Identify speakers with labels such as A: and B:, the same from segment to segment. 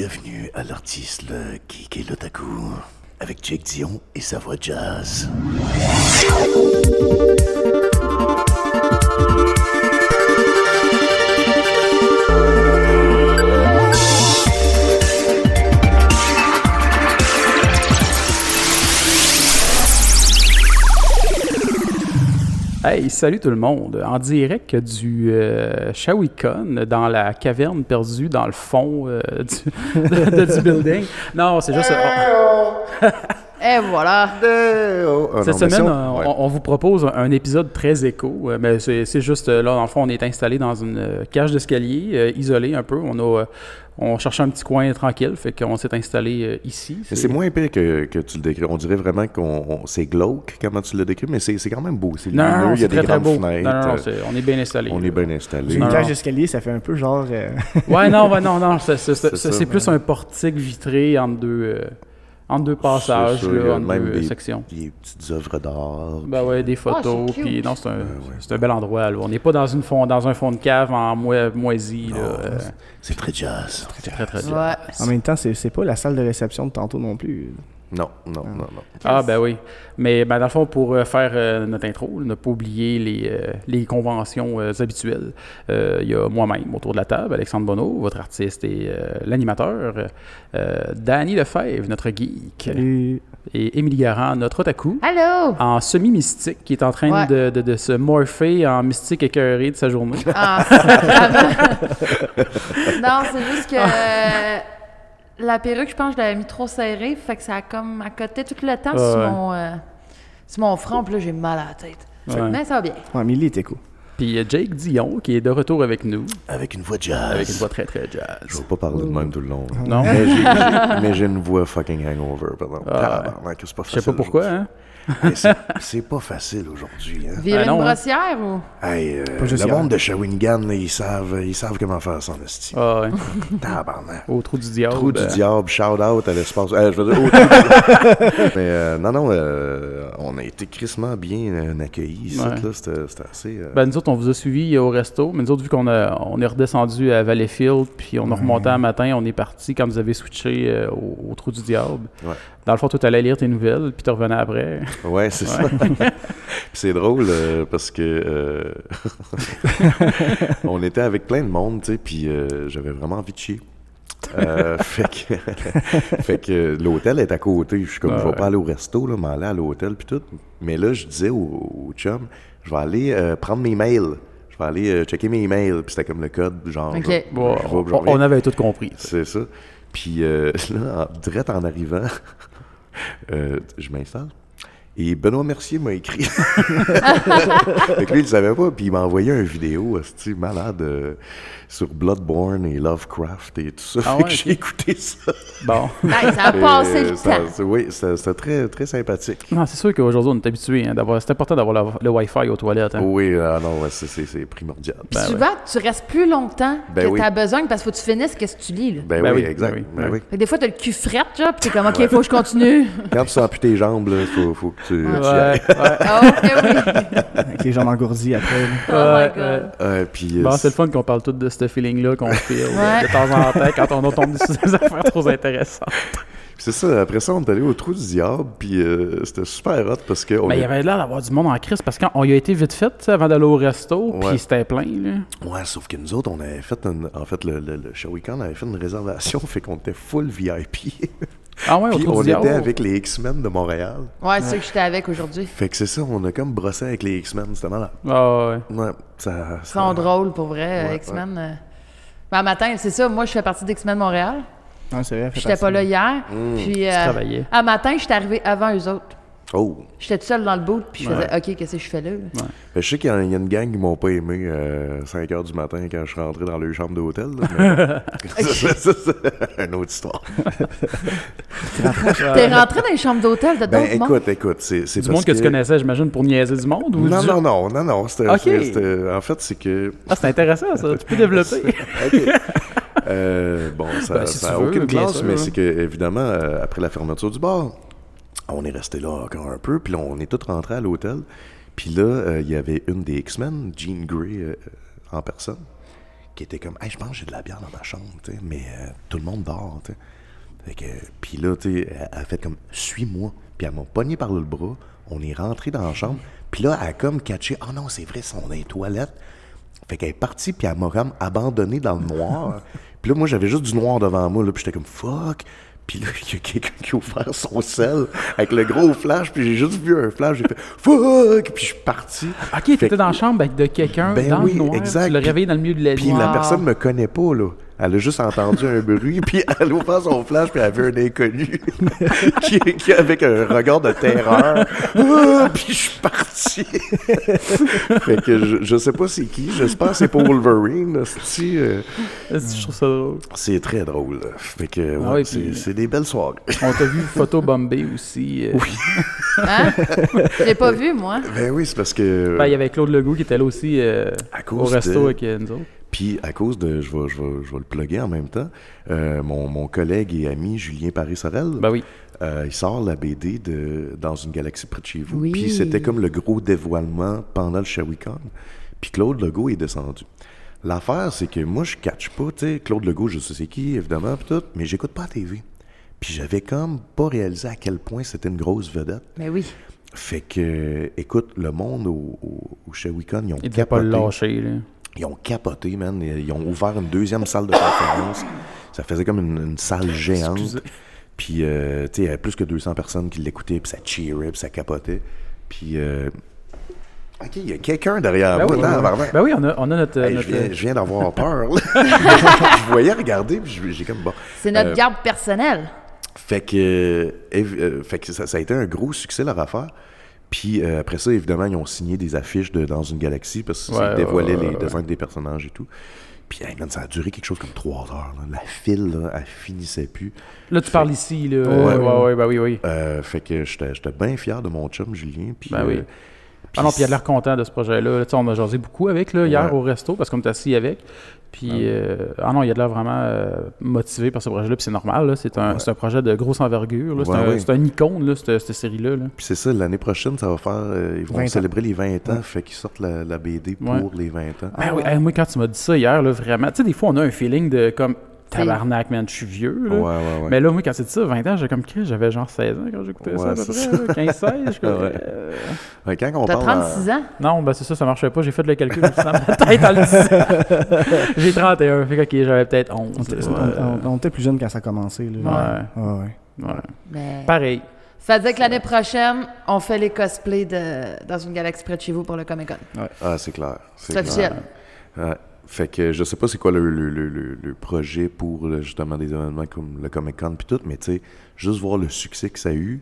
A: Bienvenue à l'artiste le geek et l'otaku avec Jake Dion et sa voix jazz.
B: Hey, salut tout le monde! En direct du euh, Shawicon, dans la caverne perdue dans le fond euh, du, de- du building. Non, c'est juste.
A: Ah,
C: Et voilà.
B: Cette semaine, on, on vous propose un épisode très éco, euh, mais c'est c'est juste euh, là, dans le fond, on est installé dans une euh, cage d'escalier, euh, isolé un peu. On a, euh, on cherchait un petit coin tranquille, fait qu'on s'est installé euh, ici.
A: Mais c'est moins pire que, que tu le décris. On dirait vraiment qu'on on- c'est glauque comment tu le décris, mais c'est c'est quand même beau. C'est
B: Non, non,
A: lumineux,
B: non,
A: il y
B: c'est
A: a des
B: très, très
A: grandes
B: beau.
A: fenêtres.
B: Non, non, non,
A: euh,
B: c'est- on est bien installé.
A: on
B: là.
A: est bien
D: J'ai
A: installé.
B: Non,
D: une cage
B: non.
D: d'escalier, ça fait un peu genre. euh,
B: Ouais, non, ouais, non, non, c'est- c'est- c'est
A: ça,
B: c'est plus un portique vitré entre deux, euh, entre deux passages,
A: C'est sûr, il y
B: là,
A: a
B: entre
A: même
B: deux
A: des,
B: sections.
A: des petites œuvres d'art.
B: Ben ouais, des photos,
C: Ah, c'est cute.
B: puis non, c'est
A: Ben
B: un, c'est un bel endroit. Là. On n'est pas dans, une fond, dans un fond de cave en moi- moisi. là, euh,
A: C'est très jazz.
B: c'est très, très bien.
C: Ouais.
D: En même temps, c'est c'est pas la salle de réception de tantôt non plus.
A: Non, non, non, non.
B: Ah, ben oui. Mais ben, dans le fond, pour euh, faire euh, notre intro, ne pas oublier les, euh, les conventions euh, habituelles. Euh, Il y a moi-même autour de la table, Alexandre Bonneau, votre artiste et euh, l'animateur, euh, Danny Lefebvre, notre geek,
D: Salut.
B: et Émilie Garand, notre otaku.
C: Allô?
B: en semi-mystique, qui est en train
C: Ouais.
B: de, de- de se morpher en mystique écœuré de sa journée.
C: Ah, vraiment. non, c'est juste que euh, la perruque, je pense que je l'avais mis trop serrée, fait que ça a comme accoté tout le temps sur,
B: Ouais.
C: mon, euh, sur mon front, puis là, j'ai mal à la tête.
B: Ouais.
C: Mais ça va bien.
D: Ouais, Millie était cool.
B: Puis euh, Jake Dion, qui est de retour avec nous,
A: Avec une voix jazz.
B: avec une voix très très
A: Je
B: jazz.
A: vais pas parler de même tout le long.
B: Non?
A: Mais j'ai- j'ai- mais j'ai une voix fucking hangover, pardon. Tabarnak, c'est pas
B: Ah. Je sais pas
A: facile.
B: pourquoi, hein?
A: Mais c'est- C'est pas facile aujourd'hui. Hein?
C: Virer
B: Ah, non,
C: une
B: hein.
C: brossière ou?
A: Hey, euh,
D: juste
A: le
D: hier.
A: monde de Shawinigan, là, ils, savent, ils savent comment faire ça en esti.
B: Ah, ouais.
A: Tabarnak.
B: Au trou du diable.
A: Trou du
B: euh,
A: diable, shout out à l'espace. Euh, je veux dire, au trou du diable. Mais euh, non, non, euh, on a été crissement bien euh, accueillis ici.
B: Ouais.
A: là, C'était c'était assez. euh,
B: Ben, nous autres, on vous a suivis au resto, mais nous autres, vu qu'on a- on est redescendu à Valleyfield, puis on a remonté un matin, on est parti quand vous avez switché euh, au, au trou du diable.
A: Ouais.
B: Dans le fond, tu allais lire tes nouvelles, puis tu revenais après.
A: Ouais, c'est ça. Puis c'est drôle euh, parce que euh, on était avec plein de monde, tu sais, puis euh, j'avais vraiment envie de chier. Euh, fait que, fait que l'hôtel est à côté. Je suis comme, je vais
B: Ouais.
A: pas aller au resto, là, mais aller à l'hôtel, puis tout. Mais là, je disais au, au chum, je vais aller euh, prendre mes mails. Je vais aller euh, checker mes mails. Puis c'était comme le code, genre.
C: Ok.
A: je- je
B: Bon,
A: vais, je
B: on,
A: reviens.
B: on avait tout compris.
A: C'est ça. Puis euh, là, en, direct en arrivant, euh, je m'installe. Et Benoît Mercier m'a écrit. fait que lui, il savait pas. Puis il m'a envoyé un vidéo, esti, malade, euh, sur Bloodborne et Lovecraft et tout ça.
B: Ah
A: fait
B: ouais,
A: que j'ai
B: ok.
A: écouté ça.
B: Bon.
C: Hey, Ben, ça a
A: Et,
C: passé
A: euh,
C: le
A: ça-
C: temps.
A: c'est- Oui, ça- c'était très, très sympathique.
B: Non, c'est sûr qu'aujourd'hui, on est habitué. hein, d'avoir- c'est important d'avoir la- le Wi-Fi aux toilettes. hein.
A: Oui, ah non, ouais, c'est- c'est c'est primordial.
B: Ben
C: Puis souvent, tu restes plus longtemps
A: Ben
C: que
A: oui.
C: t'as besoin parce qu'il faut que tu finisses ce que tu lis. Là.
A: Ben,
B: Ben
A: oui,
B: oui,
A: exact.
B: ben oui,
A: Ben
B: ben
A: oui.
C: Fait que des fois, t'as le cul fret, genre, pis t'es comme, OK, faut que je continue.
A: Quand tu sens plus tes jambes, il faut, faut que tu, tu y
B: Ouais,
A: ailles.
B: ouais.
C: Ah, OK, oui.
D: Avec les jambes engourdies après. là.
C: Oh
B: Ouais,
C: my God.
A: Euh, puis, euh,
B: Bon, c'est le fun qu'on parle tout de ce feeling-là qu'on feel
C: Ouais.
B: de temps en temps quand on tombe sur des affaires trop intéressantes.
A: Puis c'est ça, après ça, on est allé au trou du diable, puis euh, c'était super hot parce que. on
B: Mais Ben, il y
A: est-
B: avait l'air d'avoir du monde en crise parce qu'on y a été vite fait tu sais, avant d'aller au resto,
A: Ouais.
B: puis c'était plein. Là.
A: Ouais, sauf que nous autres, on avait fait une- En fait, le, le, le Shawinigan avait fait une réservation, fait qu'on était full VIP.
B: Ah ouais,
A: puis
B: autour
A: on
B: du
A: était
B: diable.
A: avec les X-Men de Montréal.
C: Ouais, c'est sûr que j'étais avec aujourd'hui.
A: Fait que c'est ça, on a comme brossé avec les X-Men, c'était malade.
B: Ah ouais.
A: Ouais, ça.
C: Ils sont drôles, pour vrai, euh,
A: Ouais,
C: X-Men. euh. Ben, matin, c'est ça, moi, je fais partie d'X-Men Montréal.
D: Non, c'est vrai. fait
C: J'étais
D: partie.
C: pas là hier.
A: Mm.
C: Puis, euh,
B: travaillais.
C: à matin, j'étais arrivée avant eux autres.
A: Oh!
C: J'étais toute seule dans le boot, puis je faisais, OK, qu'est-ce que je fais là? là?
A: Fait que je sais qu'il y en- il y a une gang qui m'ont pas aimé euh, 5 h du matin quand je suis rentré dans leur chambre d'hôtel. là, mais bon. Ça, ça, c'est une autre histoire.
C: T'es rentrée dans les chambres d'hôtel de
A: Ben
C: d'autres mondes?
A: écoute, écoute, c'est. c'est
B: Du
A: parce
B: monde que, tu connaissais, j'imagine, pour niaiser du monde ou
A: Non,
B: du-
A: non, non, non, non. C'était,
B: Ok.
A: c'était- c'était- en fait, c'est que.
B: Ah, c'est intéressant ça. Tu peux développer.
A: OK. Euh, bon, ça n'a
B: Ben, si tu veux,
A: aucune
B: bien
A: classe,
B: sûr,
A: mais
B: hein.
A: c'est que, évidemment, euh, après la fermeture du bar, on est resté là encore un peu, puis là, on est tous rentrés à l'hôtel. Puis là, euh, il y avait une des X-Men, Jean Grey, euh, en personne, qui était comme, hey, je pense que j'ai de la bière dans ma chambre, tu sais, mais euh, tout le monde dort, tu sais. Fait que, puis là, tu sais, elle, elle a fait comme, suis-moi. Puis elle m'a pogné par le bras. On est rentré dans la chambre. Puis là, elle a comme catché, oh non, c'est vrai, sont dans les toilettes. Fait qu'elle est partie, puis elle m'a comme abandonné dans le noir. puis là, moi, j'avais juste du noir devant moi, là, puis j'étais comme, fuck. Puis là, il y a quelqu'un qui a ouvert son sel avec le gros flash, puis j'ai juste vu un flash, j'ai fait fuck, puis je suis parti.
B: Ok, t'étais dans la chambre avec de quelqu'un
A: Ben
B: dans
A: oui,
B: le noir.
A: exact.
B: Tu le
A: Puis-
B: réveilles dans le milieu de la nuit.
A: Puis la personne me connaît pas, là. Elle a juste entendu un bruit, puis elle a ouvert son flash, puis elle a vu un inconnu qui, qui, avec un regard de terreur. Ah, puis je suis parti. fait que je, je sais pas c'est qui, je pense que c'est pas Wolverine. là, c'est-tu, euh,
B: Ah, Je trouve ça drôle.
A: C'est très drôle. là. Fait que ouais,
B: Ah oui,
A: c'est,
B: puis-
A: c'est des belles soirées.
B: On t'a vu photo bombée aussi. euh,
C: Hein? Je l'ai pas vu, moi.
A: ben oui, c'est parce que.
B: ben, il y avait Claude Legault qui était là aussi euh,
A: À cause
B: au resto
A: de-
B: avec euh, nous autres.
A: Puis à cause de, je vais, je vais, je vais le plugger en même temps, euh, mon, mon collègue et ami Julien Paris-Sorel,
B: Ben oui.
A: euh, il sort la BD de Dans une galaxie près de chez vous.
C: Oui.
A: Puis c'était comme le gros dévoilement pendant le ShawiCon. Puis Claude Legault est descendu. L'affaire, c'est que moi, je catch pas, tu sais, Claude Legault, je sais c'est qui, évidemment, puis tout, mais j'écoute pas la TV. Puis j'avais comme pas réalisé à quel point c'était une grosse vedette.
C: Mais oui.
A: Fait que, euh, écoute, le monde au, au, au Shawinigan, ils ont
B: Il devait pas
A: capoté.
B: le lâcher. Là.
A: Ils ont capoté, man. Ils ils ont ouvert une deuxième salle de conférence. Ça faisait comme une, une salle géante. Puis, euh, tu sais, il y avait plus que 200 personnes qui l'écoutaient, puis ça cheerait, puis ça capotait. Puis, euh, OK, il y a quelqu'un derrière
B: Ben
A: moi.
B: oui,
A: Attends,
B: ben oui.
A: pardon.
B: Ben oui, on a, on a notre.
A: Hey,
B: notre- euh,
A: je viens, je viens d'avoir peur. là. je voyais regarder, puis je- j'ai comme... Bon.
C: C'est notre
A: Euh,
C: garde personnelle.
A: fait que, euh, évi- euh, fait que ça, ça a été un gros succès leur affaire. Puis euh, après ça, évidemment, ils ont signé des affiches de Dans une galaxie parce que
B: Ouais,
A: ça dévoilait
B: ouais, ouais,
A: les
B: ouais.
A: designs des personnages et tout. Puis hey, man, ça a duré quelque chose comme trois heures. là. La file, là, elle finissait plus.
B: Là, tu parles ici. Là. Ouais,
A: Ouais.
B: ouais, ouais, ben oui, oui.
A: Euh, fait que j'étais j'étais bien fier de mon chum Julien. Puis,
B: Ben oui.
A: euh,
B: Ah non, puis il a l'air content de ce projet-là. Là, tu sais, on a jasé beaucoup avec là, hier
A: Ouais.
B: au resto parce qu'on est assis avec. Puis, euh, ah non, il a de l'air vraiment euh, motivé par ce projet-là. Puis c'est normal, là. c'est un, c'est un projet de grosse envergure. là. C'est
A: Ouais,
B: un,
A: ouais.
B: c'est un icône, là, cette, cette série-là. là.
A: puis c'est ça, l'année prochaine, ça va faire. euh, ils
D: 20
A: vont
D: ans.
A: célébrer les 20 ans. Fait qu'ils sortent la, la BD pour
B: Ouais.
A: les 20 ans.
B: Ben oui, hey, moi, quand tu m'as dit ça hier, là, vraiment, tu sais, des fois, on a un feeling de comme tabarnak, man, je suis vieux. Là.
A: Ouais, ouais, ouais.
B: Mais là, moi, quand tu dis ça, 20 ans, j'ai comme Chris, j'avais genre 16 ans quand j'écoutais ça, à
A: Ouais,
B: peu
A: c'est
B: près, là, 15-16. je suis comme,
A: Ouais.
B: euh,
A: Ouais, quand on
C: T'as
A: parle en-
C: 36 ans?
B: Non, ben c'est ça, ça marchait pas. J'ai fait le calcul dans ma tête en le disant. J'ai 31, fait que ok, j'avais peut-être 11.
D: On était,
B: ouais.
D: on- on était plus jeune quand ça a commencé. Là.
B: Ouais.
D: Ouais, ouais.
B: Ouais.
C: Ben,
B: Pareil.
C: Ça veut dire que l'année prochaine, on fait les cosplays de... dans une galaxie près de chez vous pour le Comic Con.
A: Ah, c'est clair.
C: C'est
A: clair.
C: officiel.
A: Ouais. Euh, Fait que je sais pas c'est quoi le, le- le- le- le projet pour euh, justement des événements comme le Comic Con puis tout, mais tu sais, juste voir le succès que ça a eu,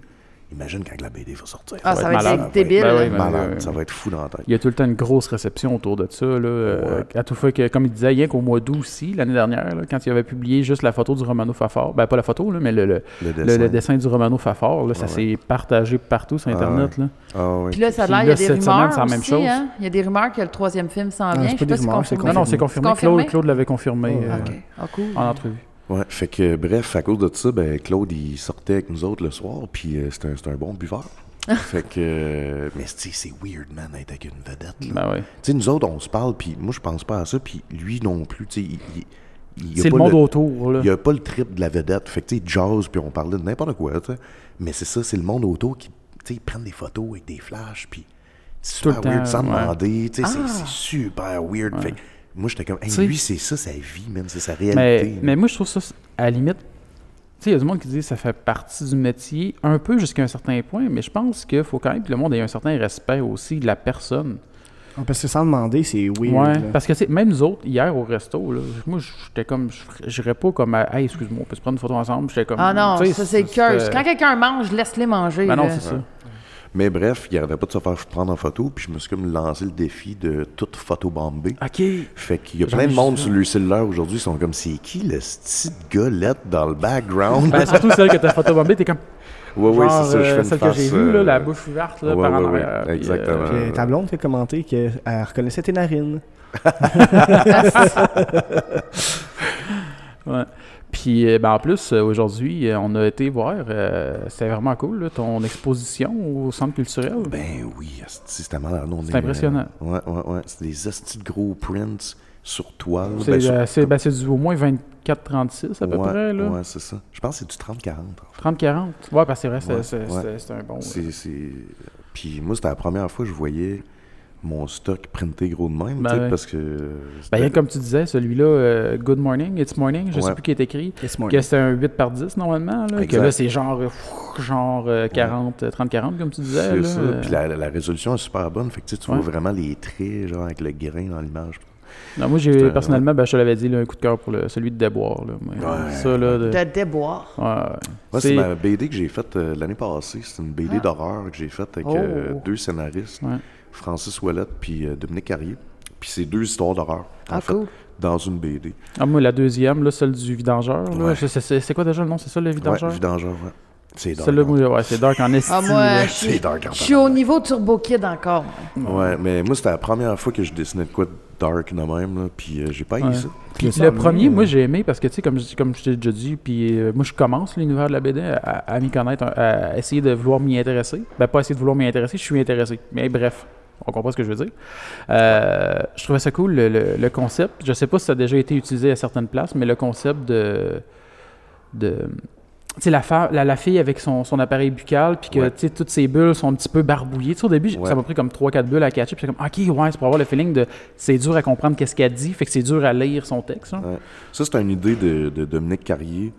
A: imagine quand la BD va sortir.
C: Ah,
A: ça
C: ça
B: va
C: va
B: être
C: être
A: malade.
C: débile.
B: Ben oui,
A: va
B: ben
A: être
C: là.
A: malade,
B: euh,
A: ça va être fou dans la tête.
B: Il y a tout le temps une grosse réception autour de ça. Là, euh, À tout fois que, comme il disait, rien qu'au mois d'août aussi, l'année dernière, là, quand il avait publié juste la photo du Romano Fafard, ben pas la photo, là, mais le, le,
A: Le
B: le-
A: dessin.
B: le dessin du Romano Fafard, là, ça s'est partagé partout sur Internet. là.
A: Ah, ouais.
C: Puis là, ça a l'air,
B: Puis
C: il y a
B: là,
C: des
B: cette semaine,
C: rumeurs.
B: c'est la même
C: aussi,
B: chose.
C: hein. Il y a des rumeurs que le troisième film s'en
D: Non,
C: vient.
D: c'est
C: Je sais
D: pas
C: pas
D: des
C: si
D: rumeurs, c'est
C: confirmé.
B: Non, non, c'est
C: confirmé.
B: confirmé. Claude,
C: Confirmé?
B: Claude l'avait confirmé euh,
C: OK. Ah, cool.
B: en entrevue.
A: Ouais, fait que bref, à cause de ça, ben Claude il sortait avec nous autres le soir, puis euh, c'était un, c'était un bon buveur. fait que euh, mais tu sais, c'est weird man d'être avec une vedette. là.
B: Ben ouais.
A: Tu sais, nous autres on se parle, puis moi je pense pas à ça, puis lui non plus, tu sais, il- il- il y a
B: C'est le
A: pas
B: monde autour. Là.
A: Il n'y a pas le trip de la vedette. Fait que, tu sais, jazz, puis on parlait de n'importe quoi, tu sais. Mais c'est ça, c'est le monde autour qui, tu sais, ils prennent des photos avec des flashs, puis c'est
B: Tout le
A: super weird,
B: temps,
A: sans
B: ouais. Ah!
A: demander, tu sais, c'est- c'est super weird. Fait que moi, j'étais comme, Hey,
B: sais-
A: lui, c'est ça, sa vie, même, c'est sa
B: Mais,
A: réalité.
B: mais moi, je trouve ça, à la limite, tu sais, il y a du monde qui dit que ça fait partie du métier, un peu jusqu'à un certain point, mais je pense qu'il faut quand même que le monde ait un certain respect aussi de la personne.
D: Ah, parce que sans demander, c'est weird.
B: ouais,
D: là.
B: parce que, tu sais, même nous autres, hier au resto, là, moi, j'étais comme, je ferais- j'irais pas comme, à, hey, excuse-moi, on peut se prendre une photo ensemble, j'étais comme,
C: Ah non,
B: tu sais,
C: ça c'est curse.
B: c'était-
C: Quand euh, quelqu'un mange, laisse-les manger.
B: Ben non,
C: là.
B: c'est ça.
A: Mais bref, il n'arrêtait pas de se faire prendre en photo, puis je me suis comme lancé le défi de toute photo bombée.
B: Ok.
A: Fait qu'il y a
B: Ah! J'en
A: plein de
B: ai
A: monde
B: vu ça.
A: sur le cellulaire aujourd'hui, ils sont comme, c'est qui le petit golette dans le background?
B: Ben, surtout celle que t'as photobombée, t'es comme,
A: ouais, ouais,
B: genre,
A: c'est ça, je
B: euh,
A: fais une
B: celle
A: face,
B: que j'ai vue, là,
A: euh,
B: la bouche ouverte, là,
A: ouais,
B: par
A: ouais,
B: en
A: ouais,
B: arrière. puis, euh,
A: exactement.
D: Puis, euh, ta blonde qui a commenté qu'elle reconnaissait tes narines.
B: Ouais. Puis, euh, ben, en plus, euh, aujourd'hui, euh, on a été voir, euh, c'était vraiment cool, là, ton exposition au centre culturel.
A: Ben oui, asti, c'est tellement...
B: C'est impressionnant.
A: ouais, ouais, ouais. C'est des astis de gros prints sur toile.
B: C'est
A: ben, sur-
B: euh, c'est- ben, c'est du au moins 24-36 à peu
A: Ouais,
B: près. là.
A: ouais, c'est ça. Je pense que c'est du 30-40. en fait.
B: 30-40. Ouais, parce que c'est vrai, c'est-
A: Ouais,
B: c'est
A: ouais.
B: c'est- c'est un bon. euh,
A: C'est, c'est- Puis moi, c'était la première fois que je voyais mon stock printé gros de même,
B: Ben
A: tu sais,
B: ouais.
A: parce que...
B: Ben,
A: c'était-
B: rien que comme tu disais, celui-là, euh, Good Morning, It's Morning, je sais
A: Ouais.
B: plus qui est écrit,
D: It's morning.
B: que c'était un 8 par 10 normalement, là, que
A: Exact.
B: là c'est genre, euh, pff, genre euh, 40, euh, 30-40 comme tu disais.
A: C'est
B: là,
A: ça.
B: euh.
A: Puis la, la résolution est super bonne. Fait que tu sais, tu
B: Ouais.
A: vois vraiment les traits, genre avec le grain dans l'image.
B: Non, moi,
A: C'est
B: j'ai
A: un-
B: personnellement, ben, je te l'avais dit, là, un coup de cœur pour le- celui de Déboire. Là, Moi,
A: Ouais.
B: Ça, là, de-
C: De déboire.
B: Ouais, ouais.
A: Moi,
B: C'est-
A: c'est ma BD que j'ai faite euh, l'année passée. C'est une BD d'horreur que j'ai faite avec euh,
C: Oh.
A: deux scénaristes,
B: Ouais.
A: Francis Ouellette puis euh, Dominique Carrier. Puis c'est deux histoires d'horreur, en
C: Ah,
A: fait,
C: cool.
A: dans une BD.
B: Ah, moi, la deuxième, là, celle du Vidangeur. là,
A: Ouais.
B: c'est- C'est c'est quoi déjà le nom? C'est ça, le Vidangeur?
A: Ouais, Vidangeur, ouais. C'est dark.
B: Celle-là,
A: hein.
B: moi, ouais, c'est Dark en esti.
C: Ah,
B: là.
C: moi, je suis-
A: C'est hein. dark en
C: je suis au niveau Turbo Kid encore. moi.
A: Ouais, mais moi, c'était la première fois que je dessinais de quoi de dark de même, là, puis euh, j'ai pas aimé
B: Ouais.
A: ça.
B: Puis
D: Le
B: le
D: sommet,
B: premier,
D: euh,
B: moi, j'ai aimé parce que, tu sais, comme, je- comme je t'ai déjà dit, puis euh, moi, je commence l'univers de la BD à, à m'y connaître, à essayer de vouloir m'y intéresser. Ben, pas essayer de vouloir m'y intéresser, je suis intéressé. Mais bref, on comprend ce que je veux dire. Euh, je trouvais ça cool, le, le- le concept. Je sais pas si ça a déjà été utilisé à certaines places, mais le concept de. de tu sais, la, fa- la, la fille avec son, son appareil buccal, puis que
A: Ouais.
B: tu sais, toutes ses bulles sont un petit peu barbouillées. Tu sais, au début, j-
A: Ouais.
B: ça m'a pris comme 3-4 bulles à catcher, puis c'est comme, ok, ouais, c'est pour avoir le feeling de c'est dur à comprendre qu'est-ce qu'elle dit, fait que c'est dur à lire son texte. hein. genre.
A: Ouais. Ça, c'est une idée de, de Dominique Carrier.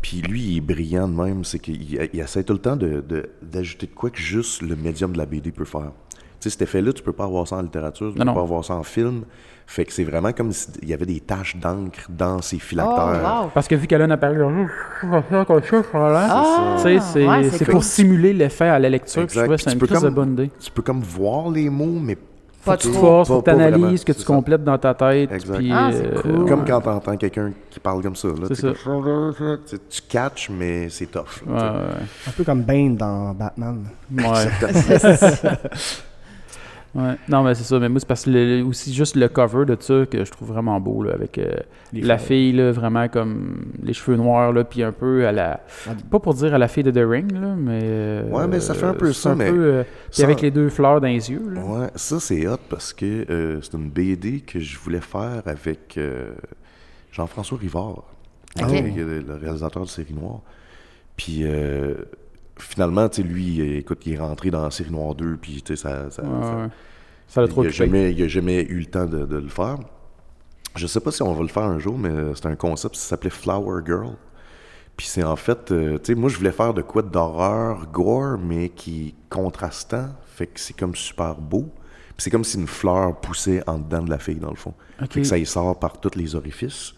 A: Puis lui, il est brillant de même. C'est qu'il il essaie tout le temps de- de- d'ajouter de, quoi que juste le médium de la BD peut faire. Tu sais, cet effet-là, tu peux pas avoir ça en littérature, tu
B: Non,
A: peux
B: non.
A: pas avoir ça en film. Fait que c'est vraiment comme s'il y avait des taches d'encre dans ses phylactères.
C: Oh, wow.
B: Parce que vu qu'elle a un appareil, genre, comme ça, voilà.
C: Ah,
B: Tu sais, c'est
C: ouais,
B: c'est
C: cool.
B: pour simuler l'effet à la lecture, puis je
A: Exact.
B: trouvais que
A: Puis
B: c'est
A: tu
B: une
A: peux
B: crise de
A: comme-
B: bonne idée.
A: Tu peux comme voir les mots, mais
C: Pas
A: tu
C: trop.
A: vois
B: Force,
A: pas-
B: que
A: pas
B: tu
A: vraiment,
B: analyses, que
A: c'est
B: tu
A: ça.
B: complètes dans ta tête,
A: Exact.
B: puis...
C: Ah, c'est
B: euh,
C: cool.
A: Comme quand t'entends quelqu'un qui parle comme ça. là,
B: C'est ça.
A: t'es comme- Tu, tu catches, mais c'est tough. là,
B: Ouais,
A: tu sais.
B: ouais.
D: Un peu comme Bane dans Batman.
B: Ouais. Ouais. Non, mais c'est ça. Mais moi, c'est parce que le- aussi juste le cover de ça que je trouve vraiment beau, là, avec euh,
D: Les
B: la
D: fleurs.
B: fille, là, vraiment comme les cheveux noirs, là, puis un peu à la.
D: Ah.
B: Pas pour dire à la fille de The Ring, là, mais. euh,
A: Ouais, mais ça fait un peu
B: c'est
A: ça, mais
B: euh, puis
A: sans-
B: avec les deux fleurs dans les yeux, là.
A: Ouais, ça c'est hot parce que euh, c'est une BD que je voulais faire avec euh, Jean-François Rivard,
C: Ok.
A: qui est le réalisateur de Série Noire. Puis euh, finalement, tu sais, lui, euh, écoute, il est rentré dans Série Noire 2, puis tu sais, ça, ça-
B: Ouais,
A: ça-
B: ouais. Ça l'a trop
A: il n'a
B: occupé.
A: jamais, il a jamais eu le temps de, de le faire. Je sais pas si on va le faire un jour, mais c'est un concept qui s'appelait Flower Girl. Puis c'est en fait, euh, tu sais, moi je voulais faire de quoi d'horreur, gore, mais qui est contrastant, fait que c'est comme super beau. Puis c'est comme si une fleur poussait en dedans de la fille, dans le fond.
B: Ok.
A: Fait que ça y sort par tous les orifices.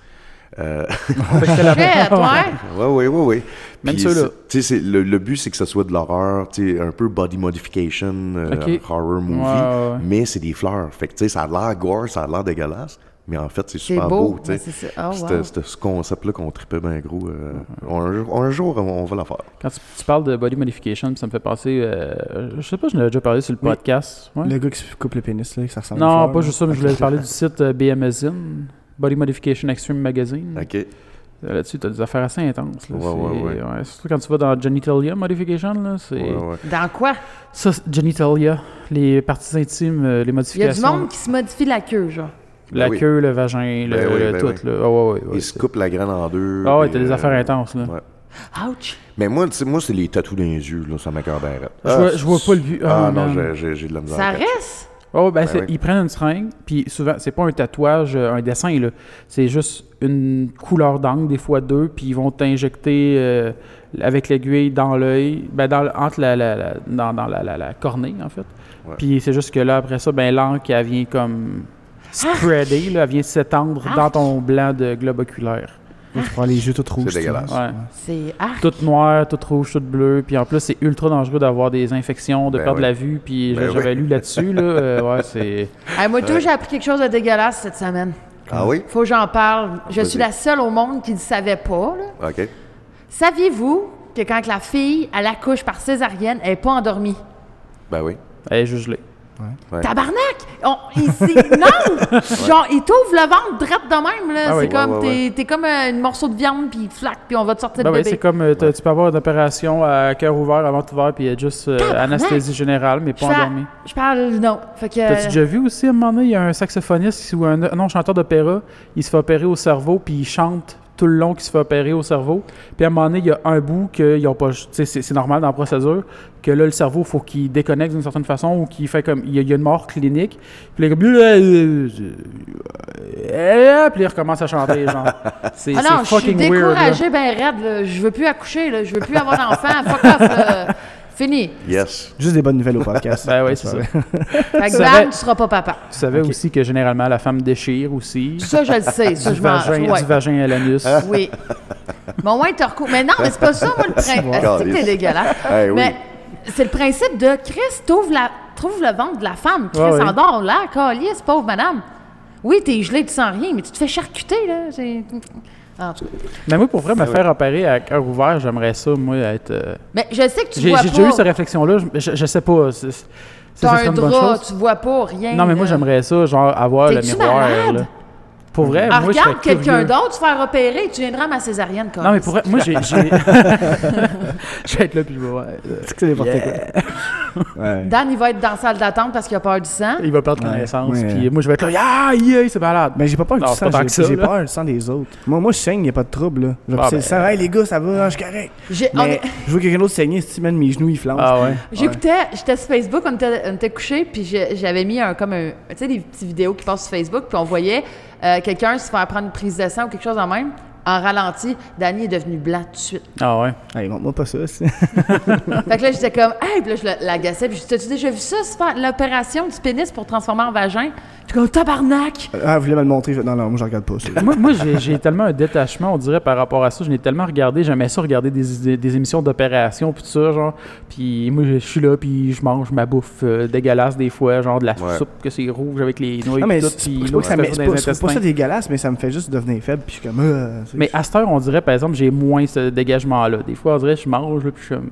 A: Euh,
C: Shit, ouais.
A: Ouais, ouais, ouais, ouais.
B: Même
A: Puis
B: ceux-là.
A: c'est- Tu sais, c'est- le, le but, c'est que ça soit de l'horreur, tu sais, un peu body modification, euh,
B: Ok.
A: horror movie,
B: Ouais, ouais, ouais.
A: mais c'est des fleurs. Fait que, tu sais, ça a l'air gore, ça a l'air dégueulasse, mais en fait, c'est super
C: beau,
A: beau, tu
C: mais
A: sais.
C: c'est ça. Oh,
A: C'était
C: wow.
A: c'était ce concept-là qu'on tripait bien gros. euh, un, jour- un jour, on, on va la faire.
B: Quand tu, tu parles de body modification, ça me fait penser. euh, je sais pas, je l'avais déjà parlé sur le
D: Oui.
B: podcast. ouais.
D: Le gars qui se coupe le pénis, là, que ça ressemble à une
B: Non,
D: fleur,
B: pas
D: là.
B: juste ça, mais je voulais parler du site euh, BMSN, Body Modification Extreme Magazine.
C: Mm.
A: OK.
B: Euh, Là-dessus, t'as des affaires assez intenses. là.
A: Ouais,
B: C'est-
A: ouais, ouais.
B: surtout quand tu vas dans Genitalia Modification, là, c'est...
A: Ouais, ouais.
C: Dans quoi?
B: Ça, c'est Genitalia, les parties intimes, euh, les
C: Il y a du
B: modifications.
C: monde qui se modifie la queue, genre.
B: La
A: Ben oui.
B: queue, le vagin, le,
A: Ben oui,
B: le
A: ben
B: tout,
A: oui.
B: là. Ah ouais, ouais, ouais,
A: Ils se coupent la graine en deux.
B: Ah ouais,
A: puis,
B: t'as des
A: euh,
B: affaires intenses, là.
A: ouais.
C: Ouch!
A: Mais moi, tu sais, moi, c'est les tatous dans les yeux, là, ça m'accorde bien raide.
B: Je vois- je vois pas le but. Ah,
A: Ah, non,
B: man.
A: j'ai- j'ai j'ai de la misère.
C: Ça
A: à catcher.
C: reste?
B: Oh, ben, c'est-
A: oui.
B: ils prennent une seringue, puis souvent, c'est pas un tatouage, euh, un dessin, là. C'est juste une couleur d'angle, des fois deux, puis ils vont t'injecter euh, avec l'aiguille dans l'œil, ben, dans, le- entre la, la- la- dans, dans la, la- la cornée, en fait.
A: Ouais.
B: Puis c'est juste que là, après ça, ben, l'encre, elle vient comme spreader, là, elle vient s'étendre dans ton blanc de globe oculaire.
D: Tu prends les yeux tout rouges. tu
A: dégueulasse.
D: vois.
B: Ouais.
C: C'est arc.
B: Toute noire, toute rouge, toute bleue. Puis en plus, c'est ultra dangereux d'avoir des infections, de
A: Ben
B: perdre
A: oui.
B: la vue. Puis
A: Ben
B: j'avais
A: oui.
B: lu là-dessus. Là, euh, ouais, c'est.
C: Hey, moi, tout, j'ai appris quelque chose de dégueulasse cette semaine.
A: Ah oui?
C: Faut que j'en parle. Je
A: Vas-y.
C: suis la seule au monde qui ne savait pas. là.
A: OK.
C: Saviez-vous que quand la fille, elle accouche par césarienne, elle n'est pas endormie?
A: Ben oui.
B: Elle est jugelée.
A: Ouais.
C: Tabarnak! On- il s'est- non! Genre, il t'ouvre le ventre drette de même, là.
B: Ah oui.
C: c'est comme,
A: Ouais, ouais, ouais.
C: t'es- t'es comme un morceau de viande, puis flac, puis on va te sortir
B: Ben
C: le
B: oui,
C: bébé.
B: c'est comme euh, t'as- tu peux avoir une opération à cœur ouvert, avant tout ouvert, puis euh, juste euh,
C: Tabarnak!
B: anesthésie générale, mais
C: je,
B: pas
C: fais-
B: endormi.
C: je parle, non. Fait que...
B: T'as-tu déjà vu aussi, à un moment donné, il y a un saxophoniste ou un non, chanteur d'opéra, il se fait opérer au cerveau, puis il chante tout le long qu'il se fait opérer au cerveau. Puis à un moment donné, il y a un bout que ils ont pas. tu sais, C'est c'est normal dans la procédure, que là, le cerveau, faut qu'il déconnecte d'une certaine façon ou qu'il fait comme. Il y, a- il y a une mort clinique. Puis là, comme. Eh, Puis il recommence à chanter, genre. C'est
C: Ah non,
B: c'est
C: je suis
B: fucking weird. là.
C: découragée, ben raide, là. Je veux plus accoucher, là. Je veux plus avoir d'enfant. Fuck off, là. Fini.
A: Yes.
D: Juste des bonnes nouvelles au podcast.
B: Ben oui, c'est ça.
C: Fait que
B: Ça
C: Blan,
B: va-
C: tu seras pas papa.
B: Tu savais aussi que généralement, la femme déchire aussi.
C: Ça, je le sais. Ça,
B: Du
C: je m'en...
B: vagin,
C: ouais. Ah.
B: du vagin à l'anus.
C: Oui. Mais au moins, t'as recou- Mais non, mais c'est pas ça, moi, le principe. C'est que t'es dégueulasse.
A: Hey, oui.
C: Mais c'est le principe de Chris, t'ouvres la... trouve le ventre de la femme. Chris
B: Ah oui.
C: endort là, calice, pauvre madame. Oui, t'es gelé, tu sens rien, mais tu te fais charcuter, là. C'est- En tout cas.
B: Mais moi, pour vrai, me faire opérer à cœur ouvert, j'aimerais ça, moi, être. euh,
C: Mais je sais que tu
B: J'ai
C: vois
B: j'ai déjà eu
C: pas.
B: cette réflexion-là, je, je, je sais pas. c'est- c'est-
C: T'as
B: ça serait
C: un
B: une bonne
C: drap,
B: chose.
C: tu vois pas rien.
B: Non, mais moi,
C: là.
B: j'aimerais ça, genre, avoir le
C: T'es-tu
B: miroir.
C: malade?
B: là. Pour vrai,
C: Ah,
B: moi, je
C: regarde
B: serais
C: quelqu'un
B: curieux.
C: d'autre se faire opérer, tu viendras à ma césarienne, comme.
B: Non, mais pour vrai, moi, j'ai. j'ai- Je vais être là, puis je vais. ouais, euh,
D: C'est que c'est n'importe quoi. Ouais.
C: Dan, il va être dans la salle d'attente parce qu'il a peur du sang.
B: Il va perdre
D: Ouais,
B: connaissance,
D: ouais.
B: puis moi, je vais être là, yeah, yeah, c'est malade.
D: Mais Ben, j'ai pas peur
B: Non,
D: du
B: c'est pas tant
D: sang, j'ai-
B: que ça,
D: j'ai
B: là.
D: peur du sang des autres. Moi, moi je saigne, y a pas de trouble. Là. Je vais
B: Ah,
D: pisser
B: ben.
D: le sang. Hey les gars, ça va, hein, je suis correct.
C: J'ai- on
D: Mais
C: est-
D: je vois quelqu'un d'autre saigner, si man, mes genoux ils flanchent.
B: Ah ouais.
C: J'écoutais, j'étais sur Facebook, on était, on était couchés, puis j'ai- j'avais mis un, comme un, tu sais, des petites vidéos qui passent sur Facebook, puis on voyait euh, quelqu'un se faire prendre une prise de sang ou quelque chose en même, en ralenti. Danny est devenu blanc tout de suite.
B: Ah ouais.
D: Hey, montre-moi pas ça. c'est-
C: fait que là, j'étais comme, hey, puis là, je le- l'agaçais, puis je dis, t'as-tu déjà vu ça, se faire- l'opération du pénis pour transformer en vagin? Puis comme, tabarnak!
D: Ah, vous voulez me le montrer? Je- Non, non, moi je regarde pas ça.
B: moi, moi, j'ai- j'ai tellement un détachement, on dirait, par rapport à ça. Je l'ai tellement regardé, j'aimais ça regarder des, des- des émissions d'opération, puis tout ça, genre. Puis moi, je suis là, puis je mange ma bouffe euh, dégueulasse des fois, genre de la
A: Ouais.
B: soupe que c'est rouge avec les noix
D: Non,
B: et
D: mais
B: tout,
D: c'est
B: puis
D: c'est
B: l'eau
D: pas que
B: qui
D: ça
B: se
D: m'est-
B: passe
D: c'est
B: dans
D: pas-
B: les
D: c'est pas ça
B: intestins.
D: dégueulasse, mais ça me fait juste devenir faible, puis je suis comme. euh, c'est-
B: Mais à cette heure, on dirait, par exemple, j'ai moins ce dégagement-là. Des fois, on dirait, je mange, là, puis je suis comme-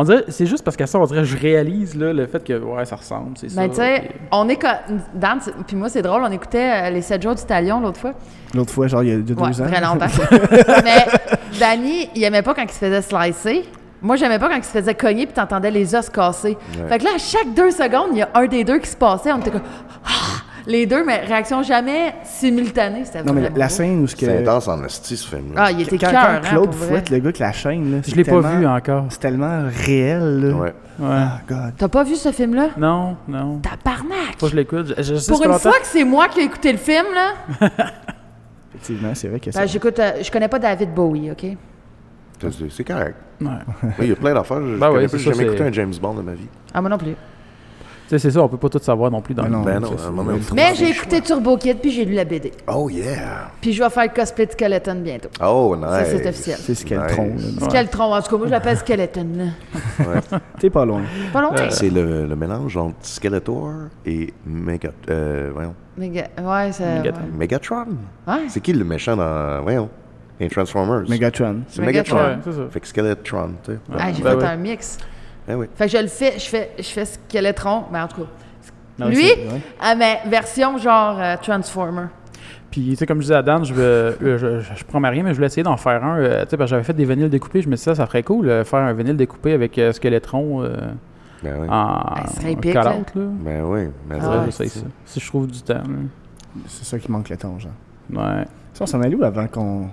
B: On dirait, c'est juste parce qu'à ça, on dirait, je réalise, là, le fait que, ouais, ça ressemble, c'est ça.
C: Ben, tu sais,
B: puis-
C: on est co- Dan, c'est- puis moi, c'est drôle, on écoutait euh, Les 7 jours du Talion l'autre fois.
D: L'autre fois, genre, il y a il y a
C: Ouais,
D: deux ans.
C: très longtemps. Mais Danny, il aimait pas quand il se faisait slicer. Moi, j'aimais pas quand il se faisait cogner puis t'entendais les os casser. Fait que là, à chaque deux secondes, il y a un des deux qui se passait. On était comme... Ah! Les deux, mais réaction jamais simultanée. C'était
D: Non, mais la,
C: vraiment
D: la
C: beau.
D: scène où ce que.
A: C'est intense en esti, ce film-là.
C: Ah, il était
D: Quand,
C: cœur,
D: quand
C: hein,
D: Claude
C: pour vrai.
D: fouette le gars avec la chaîne, là.
B: Je
D: c'est
B: l'ai pas
D: tellement-
B: vu hein. encore.
D: C'est tellement réel, là.
A: Ouais.
B: Ouais.
D: Ah, God.
C: T'as pas vu ce film-là?
B: Non, non.
C: Tabarnak!
B: Faut que je l'écoute. Je- je- ça
C: Pour
B: fait
C: une
B: longtemps-
C: fois que c'est moi qui ai écouté le film, là...
D: Effectivement, c'est vrai que
C: Ben,
D: c'est.
C: j'écoute... euh, je connais pas David Bowie, OK?
A: C'est- c'est- C'est correct.
B: Ouais.
A: Oui, Il y a plein d'affaires. Je
B: Ben
A: connais
B: oui,
A: pas,
B: c'est
A: j'ai
B: ça,
A: jamais écouté
B: c'est-
A: un James Bond de ma vie.
C: Ah, moi non plus.
B: Tu sais, c'est ça, on peut pas tout savoir non plus dans
D: Ben
B: le-
D: non,
A: Ben non,
D: ça,
A: à un
D: c'est-
A: moment donné,
C: Mais j'ai écouté Turbo Kid, puis j'ai lu la BD.
A: Oh yeah!
C: Puis je vais faire le cosplay de Skeleton bientôt.
A: Oh, nice!
C: Ça, c'est officiel.
D: C'est ce qu'elle trompe, là.
B: Ouais.
C: Skeletron, en tout cas, moi, je l'appelle Skeleton. là.
D: T'es pas loin.
C: Pas loin.
B: Euh,
A: C'est le, le mélange entre Skeletor et Mega, euh, voyons,
C: Méga- Ouais, ça. ouais.
B: Megatron.
A: Megatron.
C: Ouais.
A: C'est qui le méchant dans. Voyons. Les Transformers.
D: Megatron.
A: c'est
C: Megatron.
A: Megatron.
B: Ouais, c'est ça.
A: Fait que Skeletron, tu sais.
C: Ah, j'ai
B: Ben
C: fait
B: ouais.
C: un mix.
A: Ah oui.
C: Fait que je le fais, je fais, je fais Skeletron, mais en tout cas.
D: Non,
C: Lui,
D: c'est- ouais.
C: ah, mais version genre euh, Transformer.
B: Puis, tu sais, comme je disais à Dan, je, veux- euh, je, je, je promets rien, mais je voulais essayer d'en faire un. euh, tu sais, parce que j'avais fait des vinyles découpés. Je me suis dit, ça, ça ferait cool, euh, faire un vinyle découpé avec euh, Skeletron euh,
A: Ben oui.
B: en,
C: Ah, ce serait
B: en
C: épique,
B: collante, là.
A: Ben oui. Mais
B: Faudrait que
C: ouais,
B: j'essaye ça. Si je trouve du temps. là.
D: C'est ça qui manque le temps, genre.
B: Ouais.
D: Ça, on s'en allait où avant qu'on.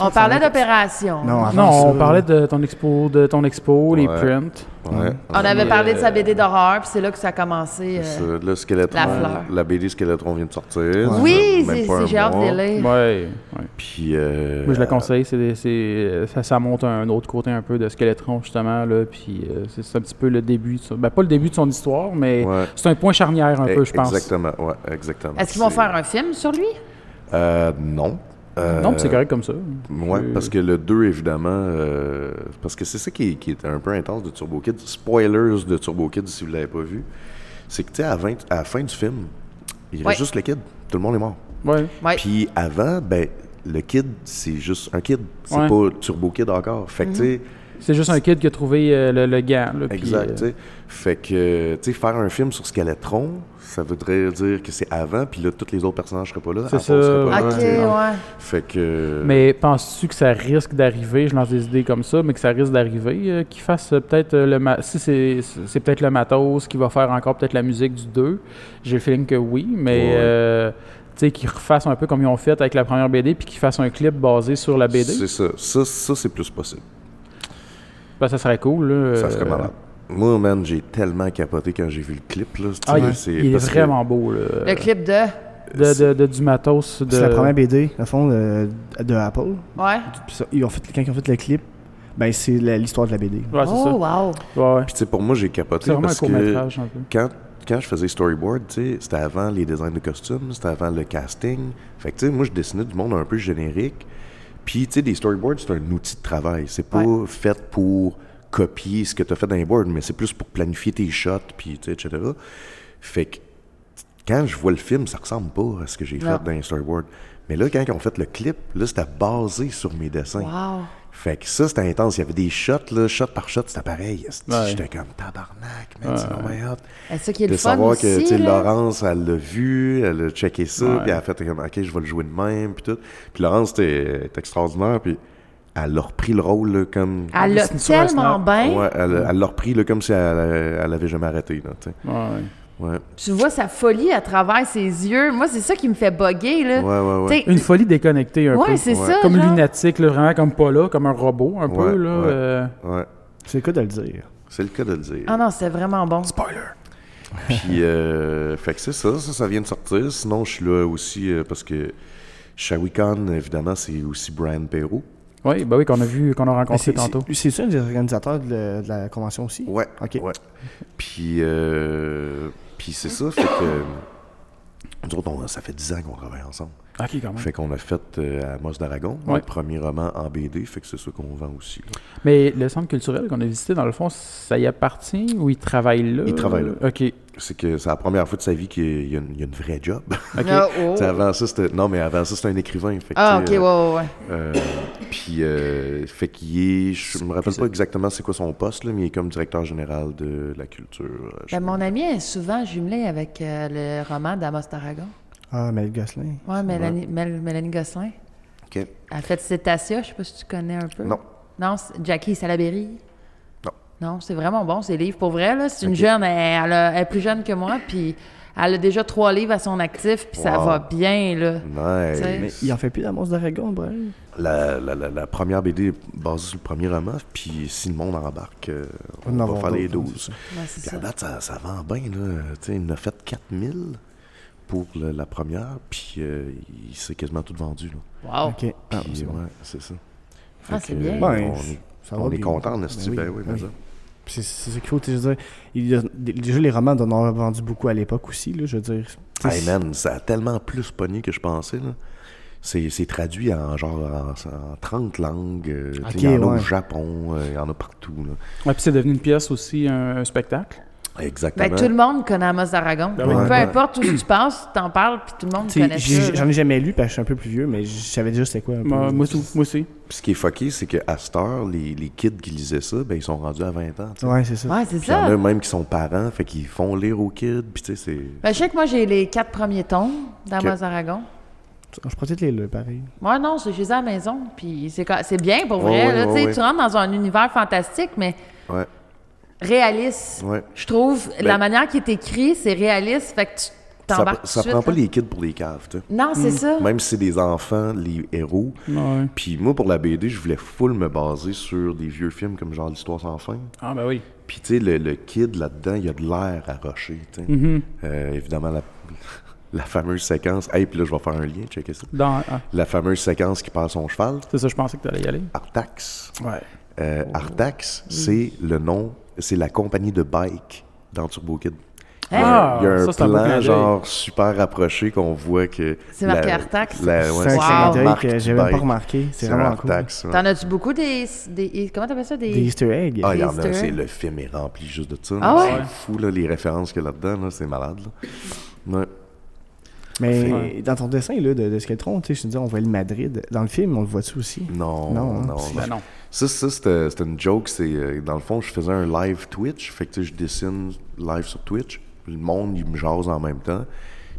C: On parlait d'opération.
D: Non, avant
B: Non,
D: ça,
B: on parlait de ton expo, de ton expo les
A: Ouais.
B: prints.
A: Ouais.
C: On avait
B: Mais,
C: parlé de sa
B: euh,
C: BD d'horreur, puis c'est là que ça a commencé. euh.
A: Ça, le Skeletron,
C: La
A: la,
C: fleur.
A: BD Skeletron vient de sortir.
C: Oui,
A: Même
C: c'est-
A: pas un
C: c'est- j'ai hâte
A: mois.
C: de les
B: Ouais.
C: lire.
B: ouais.
A: Puis. euh,
B: Moi, je le conseille. c'est des- c'est, euh, ça, ça monte à un autre côté un peu de Skeletron, justement. Là, puis, euh, c'est c'est un petit peu le début. de son- ben, pas le début de son histoire, mais
A: Ouais.
B: c'est un point charnière, un
A: eh,
B: peu, je pense.
A: Exactement, ouais, exactement.
C: Est-ce qu'ils vont
A: C'est-
C: faire un film sur lui?
A: Euh, non. Euh,
B: Non, Euh. puis c'est correct comme ça.
A: Ouais,
B: Je-
A: parce que le 2, évidemment, euh, parce que c'est ça qui, est- qui est un peu intense de Turbo Kid. Spoilers de Turbo Kid si vous l'avez pas vu. C'est que, tu sais, à, 20 à la fin du film, il reste
C: Ouais.
A: juste le kid. Tout le monde est mort.
B: Ouais.
C: Ouais.
A: Puis avant, ben, le kid, c'est juste un kid. C'est
B: Ouais.
C: Mhm.
A: pas Turbo Kid encore. Fait que, tu sais,
B: C'est juste un kid qui a trouvé euh, le, le gant. là, puis,
A: Exact.
B: euh,
A: tu sais. Fait que, tu sais, faire un film sur Skeletron, ça voudrait dire que c'est avant, puis là, tous les autres personnages seraient pas là.
B: C'est
A: Alphonse serait
B: ça,
A: pas là,
C: Ok,
A: tu sais.
C: ouais.
A: Fait que.
B: Mais penses-tu que ça risque d'arriver, je lance des idées comme ça, mais que ça risque d'arriver, euh, qu'il fasse euh, peut-être euh, le... ma- Si c'est c'est peut-être le matos qui va faire encore peut-être la musique du 2, j'ai le feeling que oui, mais...
A: Ouais.
B: euh, tu sais, qu'ils refassent un peu comme ils ont fait avec la première BD, puis qu'ils fassent un clip basé sur la BD.
A: C'est ça. Ça, ça c'est plus possible.
B: Ben, ça serait cool. Là.
A: Ça serait
B: Euh,
A: malade. Moi, man, j'ai tellement capoté quand j'ai vu le clip. Là,
B: Ah, il,
A: Tu sais,
B: est- il est
A: parce que-
B: vraiment beau. Là.
C: Le clip de.
B: De, de- de- du matos. De...
D: C'est la première BD, à fond, de, de Apple.
C: Ouais.
D: Puis ça, ils ont fait, quand ils ont fait le clip, ben, c'est la- l'histoire de la BD.
B: Ouais, c'est
C: oh, wow.
B: ça. Ouais, ouais.
A: Puis, tu sais, pour moi, j'ai capoté.
B: C'est vraiment un
A: parce
B: court
A: que
B: métrage un peu.
A: quand, quand je faisais storyboard, tu sais, c'était avant les designs de costumes, c'était avant le casting. Fait que, tu sais, moi, je dessinais du monde un peu générique. Puis, tu sais, des storyboards, c'est un outil de travail. C'est pas fait pour copier ce que tu as fait dans les boards, mais c'est plus pour planifier tes shots, puis, tu sais, etc. Fait que, quand je vois le film, ça ressemble pas à ce que j'ai
C: Non.
A: fait dans les storyboards. Mais là, quand ils ont fait le clip, là, c'était basé sur mes dessins.
C: Wow.
A: Fait que ça, c'était intense. Il y avait des shots, là, shot par shot, c'était pareil. Esti,
B: Ouais.
A: J'étais comme tabarnak, man, c'est normal hot.
C: C'est ça qui est
A: De
C: le fun
A: savoir que, tu
C: aussi.
A: sais,
C: là.
A: Laurence, elle l'a vu, elle a checké ça,
B: Ouais.
A: puis elle a fait comme, OK, je vais le jouer de même, puis tout. Puis Laurence, c'était était extraordinaire, puis elle a repris le rôle, là, comme...
C: Elle l'a
B: C'est sur un
C: tellement
B: snap.
C: bien.
A: Ouais, elle elle l'a repris, là, comme si elle, elle avait jamais arrêté, là, tu sais.
B: Ouais, ouais.
A: Ouais.
C: Tu vois sa folie à travers ses yeux. Moi, c'est ça qui me fait bugger, là.
A: Ouais, ouais, ouais.
C: T'sais,
B: Une folie déconnectée un peu.
C: ouais, c'est
A: Ouais.
C: ça.
B: Comme
C: genre.
B: lunatique, là, vraiment comme pas là, comme un robot un peu.
A: Ouais,
B: Là,
A: ouais.
B: euh,
A: Ouais.
D: C'est le cas de le dire.
A: C'est le cas de le dire.
C: Ah non, c'est vraiment bon.
A: Puis, euh, fait que c'est ça, ça, ça vient de sortir. Sinon, je suis là aussi euh, parce que Shawi Khan, évidemment, c'est aussi Brian Perrault.
B: Oui, bah oui, qu'on a vu, qu'on a
D: Mais
B: rencontré
D: C'est
B: tantôt.
D: c'est- c'est ça les organisateurs de, le- de la convention aussi?
A: Ouais.
D: Ok.
A: Ouais. Puis, euh, puis c'est ça, fait que. euh, Nous autres, on- ça fait 10 ans qu'on travaille ensemble.
B: Ok, quand même.
A: Fait qu'on a fait euh, Amos d'Aragon,
B: Ouais.
A: notre premier roman en BD, fait que c'est ça qu'on vend aussi.
B: Mais le centre culturel qu'on a visité, dans le fond, ça y appartient ou il travaille là
A: Il travaille là.
B: Ok.
A: C'est que c'est la première fois de sa vie qu'il y a une, il y a une vraie job.
B: ok.
C: Ah, oh.
A: Tu sais, avant ça, c'était. Non, mais avant ça, c'était un écrivain. Fait que,
C: Ah, ok,
A: tu sais,
C: ouais, ouais, ouais.
A: Euh, puis, euh, fait qu'il est. Je me rappelle pas exactement c'est quoi son poste, là, mais il est comme directeur général de la culture. euh, je-
C: Ben, mon ami est souvent jumelé avec euh, le roman d'Amos Tarragon.
D: Ah, mais le Gosselin.
C: Ouais, Mélanie, Mél- Mélanie Gosselin.
A: Ok.
C: Elle a fait Cétacia, je sais pas si tu connais un peu.
A: Non.
C: Non, c'est- Jackie Salaberry.
A: Non.
C: Non, c'est vraiment bon, ces livres. Pour vrai, là, c'est une jeune, elle, elle a- elle est plus jeune que moi, puis elle a déjà trois livres à son actif, puis ça
A: Wow.
C: va bien, là.
A: Nice.
C: T'sais. Mais
D: Il en fait plus d'Amos d'Aragon, Brian.
A: La, la, la, la première BD est basée sur le premier roman, puis si le monde embarque, euh, on
D: en
A: va
D: avoir
A: faire les
D: d'autres, hein,
A: 12.
C: Ouais, c'est
A: Puis à
C: ça.
A: date, ça, ça vend bien. Là. Tu sais, il en a fait 4000 pour le- la première, puis euh, il s'est quasiment tout vendu. Là.
C: Wow.
D: Ok. Ah,
A: Puis,
D: c'est bon.
A: ouais, c'est ça.
C: Ah,
A: Fait
C: c'est
A: que,
C: bien.
A: euh,
D: Ben,
A: on
D: c-
A: est,
D: ça
A: on
D: va
A: est
D: bien.
A: content, n'est-ce
D: Ben
A: ben
D: oui,
A: oui, mais
D: oui.
A: ça.
D: Puis C'est c'est ça qu'il faut, tu sais, je veux dire, il y a- déjà les romans en ont vendu beaucoup à l'époque aussi, là, je veux dire. Tu sais,
A: Hey man, ça a tellement plus pogné que je pensais. Là. C'est, c'est traduit en genre en, en 30 langues. euh, tu sais, il y en
D: Ok,
A: a au
D: ouais.
A: Japon, euh, il y en a partout. là.
B: Ouais, puis c'est devenu une pièce aussi, un, un spectacle.
A: Exactement.
C: Ben, tout le monde connaît Amos d'Aragon.
B: Ben oui.
C: Peu
A: Ouais.
C: importe où tu passes, tu t'en parles, puis tout le monde
D: tu sais,
C: connaît
D: j'ai-
C: ça.
D: J'en
C: là.
D: ai jamais lu parce que je suis un peu plus vieux, mais je savais déjà c'était quoi un peu.
B: Moi, moi aussi. Moi aussi.
A: Puis ce qui est fucké, c'est qu'à cette heure, les, les kids qui lisaient ça, ben, ils sont rendus à 20 ans. tu sais.
D: Ouais, c'est ça.
C: Ouais, c'est
A: Puis il y en
C: ça.
A: a même qui sont parents, fait qu'ils font lire aux kids. Puis tu sais, c'est.
C: Ben, je sais que moi, j'ai les quatre premiers tomes d'Amos
A: Ok.
C: Aragon.
D: Je pourrais peut-être les lire, pareil.
C: Moi, non, c'est chez eux à la maison. Puis c'est ca- c'est bien pour
A: Ouais,
C: vrai.
A: ouais,
C: là,
A: ouais,
C: tu sais,
A: ouais.
C: Tu rentres dans un univers fantastique, mais
A: Ouais.
C: réaliste.
A: Ouais.
C: Je trouve, la
A: Ben-
C: manière qui est écrit, c'est réaliste. Fait que tu
A: Ça,
C: t'embarques
A: ça
C: tout de
A: prend
C: suite,
A: pas
C: là.
A: les Hmm. kids pour les caves, tu sais.
C: Non, c'est ça.
A: Même si c'est des enfants, les héros.
B: Ouais.
A: Puis moi, pour la BD, je voulais full me baser sur des vieux films comme genre L'Histoire sans fin.
B: Ah, ben oui.
A: Puis, tu sais, le, le kid là-dedans, il y a de l'air à rocher. tu sais.
B: Mm-hmm.
A: Euh, évidemment, la, la fameuse séquence. Hey, puis là, je vais faire un lien, checker ça.
B: Dans- ah,
A: La fameuse séquence qui perd son cheval,
B: c'est ça, je pensais que tu allais y aller.
A: Artax.
B: Ouais.
A: Euh,
D: Oh.
A: Artax, c'est
D: Mm.
A: le nom, c'est la compagnie de bike dans Turbo Kid. Il y a,
B: Ah,
A: il y a un
B: ça, c'est un beau clin
A: plan,
B: d'œil.
A: genre, super rapproché qu'on voit que.
C: C'est marqué
A: la-
C: Artax?
A: la- ouais,
D: C'est un
C: wow.
D: clin d'œil
A: marque
D: que
A: du
D: j'avais même pas
A: bike.
D: remarqué. C'est
A: C'est un
D: vraiment cool.
A: Artax. ouais.
C: T'en as-tu beaucoup des, des- Comment t'appelles ça?
D: Des
C: Des.
D: Easter eggs.
A: Ah, il y en
C: Easter.
A: a, c'est le film est rempli juste de ça.
C: Ah
A: là.
C: ouais?
A: C'est fou, là, les références qu'il y a là-dedans, là, c'est malade. Là. Ouais.
D: mais
B: Ouais.
D: dans ton dessin là, de, de Skeletron, tu sais, je te dis, on voit le Madrid. Dans le film, on le voit-tu aussi?
A: Non,
D: Non,
A: non,
D: hein,
A: non.
D: c'est-
B: Ben non.
A: Ça, ça c'était c'était une joke. C'est, euh, dans le fond, je faisais un live Twitch. Fait que tu sais, je dessine live sur Twitch. Le monde, il me jase en même temps.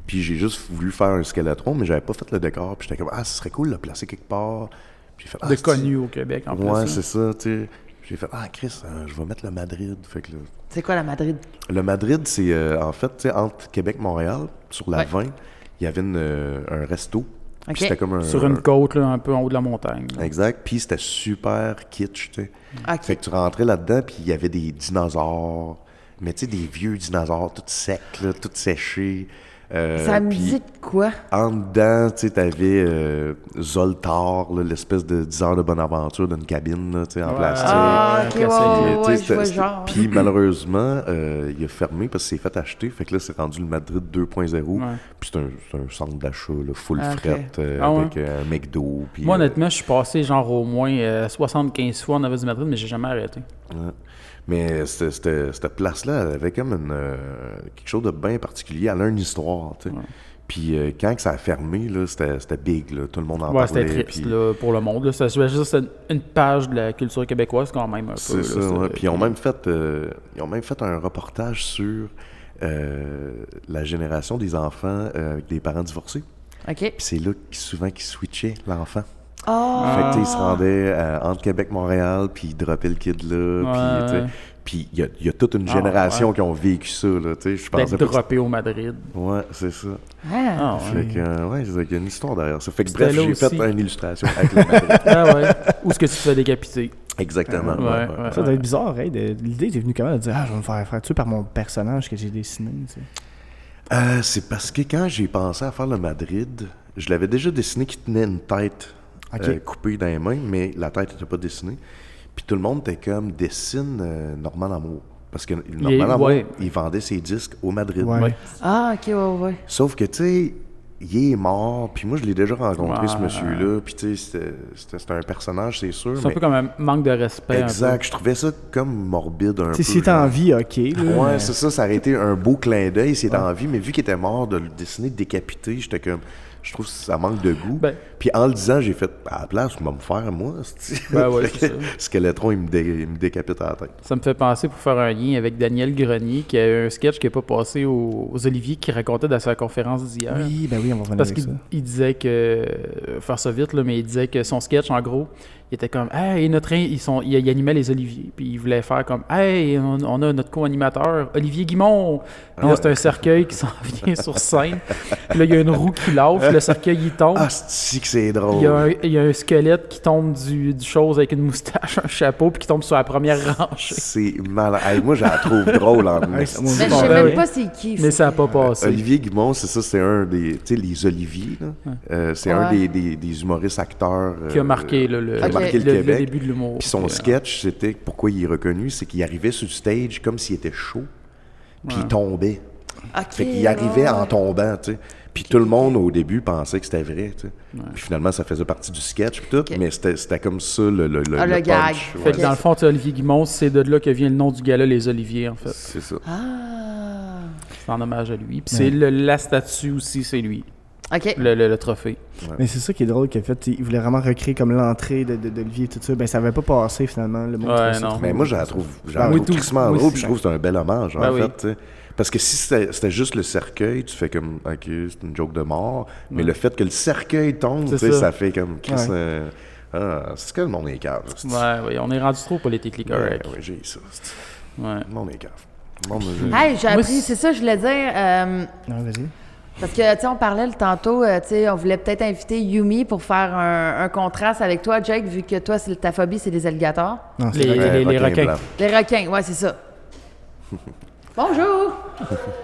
A: Puis j'ai juste voulu faire un skeletron, mais j'avais pas fait le décor. Puis j'étais comme, ah, ce serait cool de le placer quelque part. Puis j'ai fait, ah,
B: de
A: c'est-
B: connu au Québec, en
A: Ouais,
B: plus. hein.
A: c'est ça, tu sais. J'ai fait, ah, Chris, euh, je vais mettre le Madrid. Fait que là,
C: C'est quoi la Madrid?
A: le Madrid, c'est euh, en fait, tu sais, entre Québec et Montréal, sur la
C: Ouais.
A: 20, il y avait une, euh, un resto.
C: Ok.
A: Puis c'était comme un.
B: hein. Sur une
A: un-
B: côte, là, un peu en haut de la montagne. là.
A: Exact. Puis c'était super kitsch, tu sais.
C: Ok.
A: Fait que tu rentrais là-dedans, puis il y avait des dinosaures. Mais tu sais, des vieux dinosaures, tout secs, là, tout séchés. Euh,
C: Ça me
A: puis
C: dit de quoi?
A: En dedans, tu sais, t'avais euh, Zoltar, là, l'espèce de 10 heures de bonne aventure d'une cabine, là, tu sais, en
B: Ouais.
A: plastique.
C: Ah, ok,
B: Oh, ouais,
C: ouais, ouais,
A: Puis, tu sais,
C: ouais, je
A: c'était-
C: vois le
A: c'était-
C: genre.
A: euh, Puis malheureusement, euh, il a fermé parce qu'il s'est fait acheter. Fait que là, c'est rendu le Madrid 2.0.
B: Ouais.
A: Puis c'est un, c'est un centre d'achat, là, full
C: Ah, ok.
A: fret, euh,
B: Ah ouais?
A: avec euh, un McDo. Puis,
B: Moi,
A: euh,
B: honnêtement, je suis passé genre au moins euh, 75 fois en avant du Madrid, mais j'ai jamais arrêté.
A: ouais. Mais c'était- c'était- cette place-là, elle avait comme une, euh, quelque chose de bien particulier. Elle a une histoire, tu sais. Puis euh, quand que ça a fermé, là, c'était c'était big, là. Tout le monde en
B: ouais,
A: parlait.
B: c'était triste
A: puis-
B: là, pour le monde. Là. Ça, c'est juste une- une page de la culture québécoise quand même un peu.
A: C'est
B: là,
A: ça, ouais. Puis ils ont, même fait, euh, ils ont même fait un reportage sur euh, la génération des enfants euh, avec des parents divorcés.
C: OK.
A: Puis c'est là qu'ils- souvent qu'ils switchaient l'enfant.
C: Oh,
A: Fait que, tu sais, ils
B: Ah.
A: se rendaient euh, entre Québec Montréal, puis ils droppaient le kid là.
B: Ouais,
A: puis, tu sais,
B: ouais.
A: Puis il y a- il y, a toute une
B: Ah,
A: génération
B: ouais.
A: qui ont vécu ça, là. Tu sais, je pensais
B: D'être
A: pas que
B: droppé au Madrid.
A: c'était- Ouais, c'est ça.
C: Ah.
B: Ah, ouais.
A: Fait que, euh, ouais, c'est- il y a une histoire derrière ça. Fait que,
B: C'était
A: bref,
B: là
A: j'ai
B: aussi.
A: fait une illustration avec le matériel.
B: Ah ouais. Où est-ce que tu te fais décapiter?
A: Exactement.
B: Ouais,
A: ouais, ouais.
B: ouais.
D: Ça doit être bizarre, hein, de- l'idée était venue comment de dire Ah, je vais me faire faire tuer par mon personnage que j'ai dessiné. tu sais.
A: Euh, c'est parce que quand j'ai pensé à faire le Madrid, je l'avais déjà dessiné qui tenait une tête
D: Ok.
A: euh, coupée dans les mains, mais la tête n'était pas dessinée. Puis tout le monde était comme dessine euh, Norman Amour. Parce que
B: est-
A: Norman Amour,
B: ouais.
A: il vendait ses disques au Madrid.
D: Ouais. Ouais.
C: Ah, OK, ouais, ouais.
A: Sauf que, tu sais, il est mort. Puis moi, je l'ai déjà rencontré, ce
B: Ouais.
A: monsieur-là. Puis, tu sais, c'était- c'était c'était un personnage, c'est sûr.
B: C'est un
A: Mais...
B: peu comme un manque de respect. un peu.
A: Exact. Je trouvais ça comme morbide un
D: Tu sais,
A: peu.
D: si t'es
A: genre.
D: en vie, ok.
B: Euh,
D: là,
A: Ouais,
D: mais-
A: c'est ça, ça aurait été un beau clin d'œil s'il était en vie, mais vu qu'il était mort, de le dessiner décapité, j'étais comme. Je trouve que ça manque de goût.
B: Ben-
A: Puis en le disant, j'ai fait à la place, on va me faire, moi. c'ti.
B: Ben ouais, c'est ça.
A: Squeletron, il me, dé- il me décapite à la tête.
B: Ça me fait penser pour faire un lien avec Daniel Grenier qui a eu un sketch qui n'est pas passé aux, aux Olivier qui racontait dans sa conférence d'hier.
D: Oui, ben oui, on va revenir
B: Parce
D: avec ça.
B: qu'il il disait que, euh, faire ça vite, là, mais il disait que son sketch, en gros, il était comme, hey, notre, ils sont, il, il animait les Olivier, puis il voulait faire comme, hey, on, on a notre co-animateur, Olivier Guimond. Puis
A: Ah
B: là, c'est un cercueil qui s'en vient sur scène. Puis là, il y a une roue qui lâche, le cercueil, il tombe.
A: Ah, oh. cest que c'est
B: Oh. Il y, a
A: drôle.
B: un, il y a un squelette qui tombe du, du chose avec une moustache, un chapeau, puis qui tombe sur la première rangée.
A: C'est mal. Hey, moi, je la trouve drôle en
D: Ouais,
A: esti.
D: moi aussi.
C: Mais je
B: bon,
C: sais
B: ben
C: même
B: oui.
C: pas c'est qui.
B: Mais ça n'a pas passé.
A: Euh, Olivier Guimont, c'est ça, c'est un des. Tu sais, les Oliviers, là. Euh, c'est un
C: Ouais.
A: des, des- des humoristes acteurs.
B: qui a
A: euh,
B: marqué là, le,
A: qui a
B: le-
A: marqué le
B: le- le
A: Québec.
B: début de l'humour.
A: Puis son sketch, c'était pourquoi il est reconnu, c'est qu'il arrivait sur le stage comme s'il était chaud, puis il tombait.
C: Ok,
A: Fait qu'il arrivait
C: ouais.
A: en tombant, tu sais. Puis tout le monde, au début, pensait que c'était vrai, tu sais. Puis finalement, ça faisait partie du sketch, puis tout, mais c'était c'était comme ça le, le, le,
C: Ah, le gag.
A: punch.
B: Fait
A: ouais.
B: que dans le fond, tu as Olivier Guimont, c'est de là que vient le nom du gars-là, les Oliviers, en fait.
A: C'est ça.
C: Ah.
B: C'est en hommage à lui. Puis c'est le- la statue aussi, c'est lui,
C: OK.
B: le, le- le trophée.
D: Mais c'est ça qui est drôle qu'il a fait. Il voulait vraiment recréer comme l'entrée de, de, d'Olivier et tout ça. Ben ça avait pas passé finalement. Le monde
B: Ouais,
D: trouvait ça
B: non.
D: trop-
A: Mais moi, je la trouve, je la
B: Ben,
A: trouve
B: oui, tout-
A: crissement
B: oui,
A: drôle,
B: si.
A: puis je trouve que c'est un bel hommage,
B: Ben
A: en
B: oui.
A: fait, tu sais. Parce que si c'était c'était juste le cercueil, tu fais comme, OK, c'est une joke de mort, mais le fait que le cercueil tombe,
B: C'est
A: tu sais,
B: ça.
A: ça fait comme, Chris, euh, ah, c'est que le monde est cave, c'est-
B: Ouais, ouais, on est rendu trop politically correct.
A: Ouais, ouais, Ben j'ai ça. c'est-
B: Ouais.
A: Le monde est cave. Le monde, euh,
C: Hey, j'ai
B: Moi,
C: appris,
B: c'est-
C: c'est ça, je voulais dire. euh,
D: Non, vas-y.
C: parce que, tu sais, on parlait le tantôt, euh, tu sais, on voulait peut-être inviter Yumi pour faire un, un contraste avec toi, Jake, vu que toi, c'est- ta phobie, c'est les alligators.
D: Non, c'est
B: Les,
D: vrai.
B: les- les
A: requins
B: requins.
A: blancs.
C: Les requins, ouais, c'est ça. Bonjour!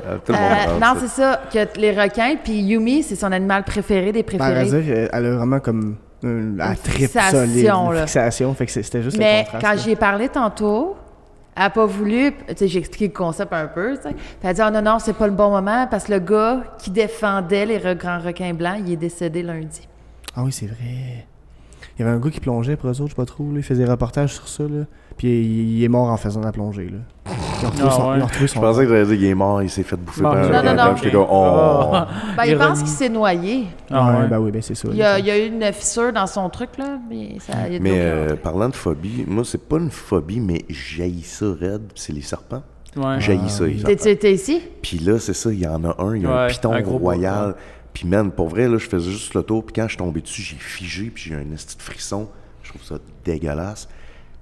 A: Euh, tout le monde
C: Euh,
A: pense
C: non,
A: ça.
C: c'est ça, que les requins, puis Yumi, c'est son animal préféré des
D: Ben, à
C: préférés.
D: vrai dire, euh, elle a vraiment comme une, la tripe
C: fixation,
D: solide, une
C: là.
D: fixation. Fait que c'est- c'était juste
C: Mais
D: le contraste.
C: quand
D: là.
C: j'y ai parlé tantôt, elle n'a pas voulu. Tu sais, j'ai expliqué le concept un peu. tu sais. Puis elle a dit Ah non, non, c'est pas le bon moment parce que le gars qui défendait les re- grands requins blancs, il est décédé lundi.
D: Ah oui, c'est vrai. Il y avait un gars qui plongeait pour eux autres, je sais pas trop. là. Il faisait des reportages sur ça. Là. Puis il, il est mort en faisant la plongée. Là. Ils ont retrouvé
B: Ah
D: son-
B: ouais.
D: ils ont retrouvé
A: Je
D: son
A: pensais que j'allais dire qu'il est mort, il s'est fait bouffer
B: Bon,
A: par
B: je-
A: un
C: Non, non,
A: crabe.
C: non.
A: J'étais comme, oh.
C: Ben, il pense
B: Ironie.
C: qu'il s'est noyé.
B: Ah
D: Ouais,
B: ouais.
D: ben oui, ben c'est ça.
C: Il y, a, il y a eu une fissure dans son truc, là. Mais ça, il y a de
A: Mais
C: l'eau qui
A: euh,
C: rentre.
A: parlant de phobie, moi, c'est pas une phobie, mais j'haïs ça raide, c'est les serpents.
B: Ouais.
A: J'haïs ça, les
C: T'es-
A: serpents.
C: t'es- T'es ici?
A: Puis là, c'est ça, il y en a un, il y a un
B: Ouais,
A: piton
B: un gros
A: royal. Puis man, pour vrai, là, je faisais juste le tour, puis quand je suis tombé dessus, j'ai figé, puis j'ai eu un esti de frisson. Je trouve ça dégueulasse.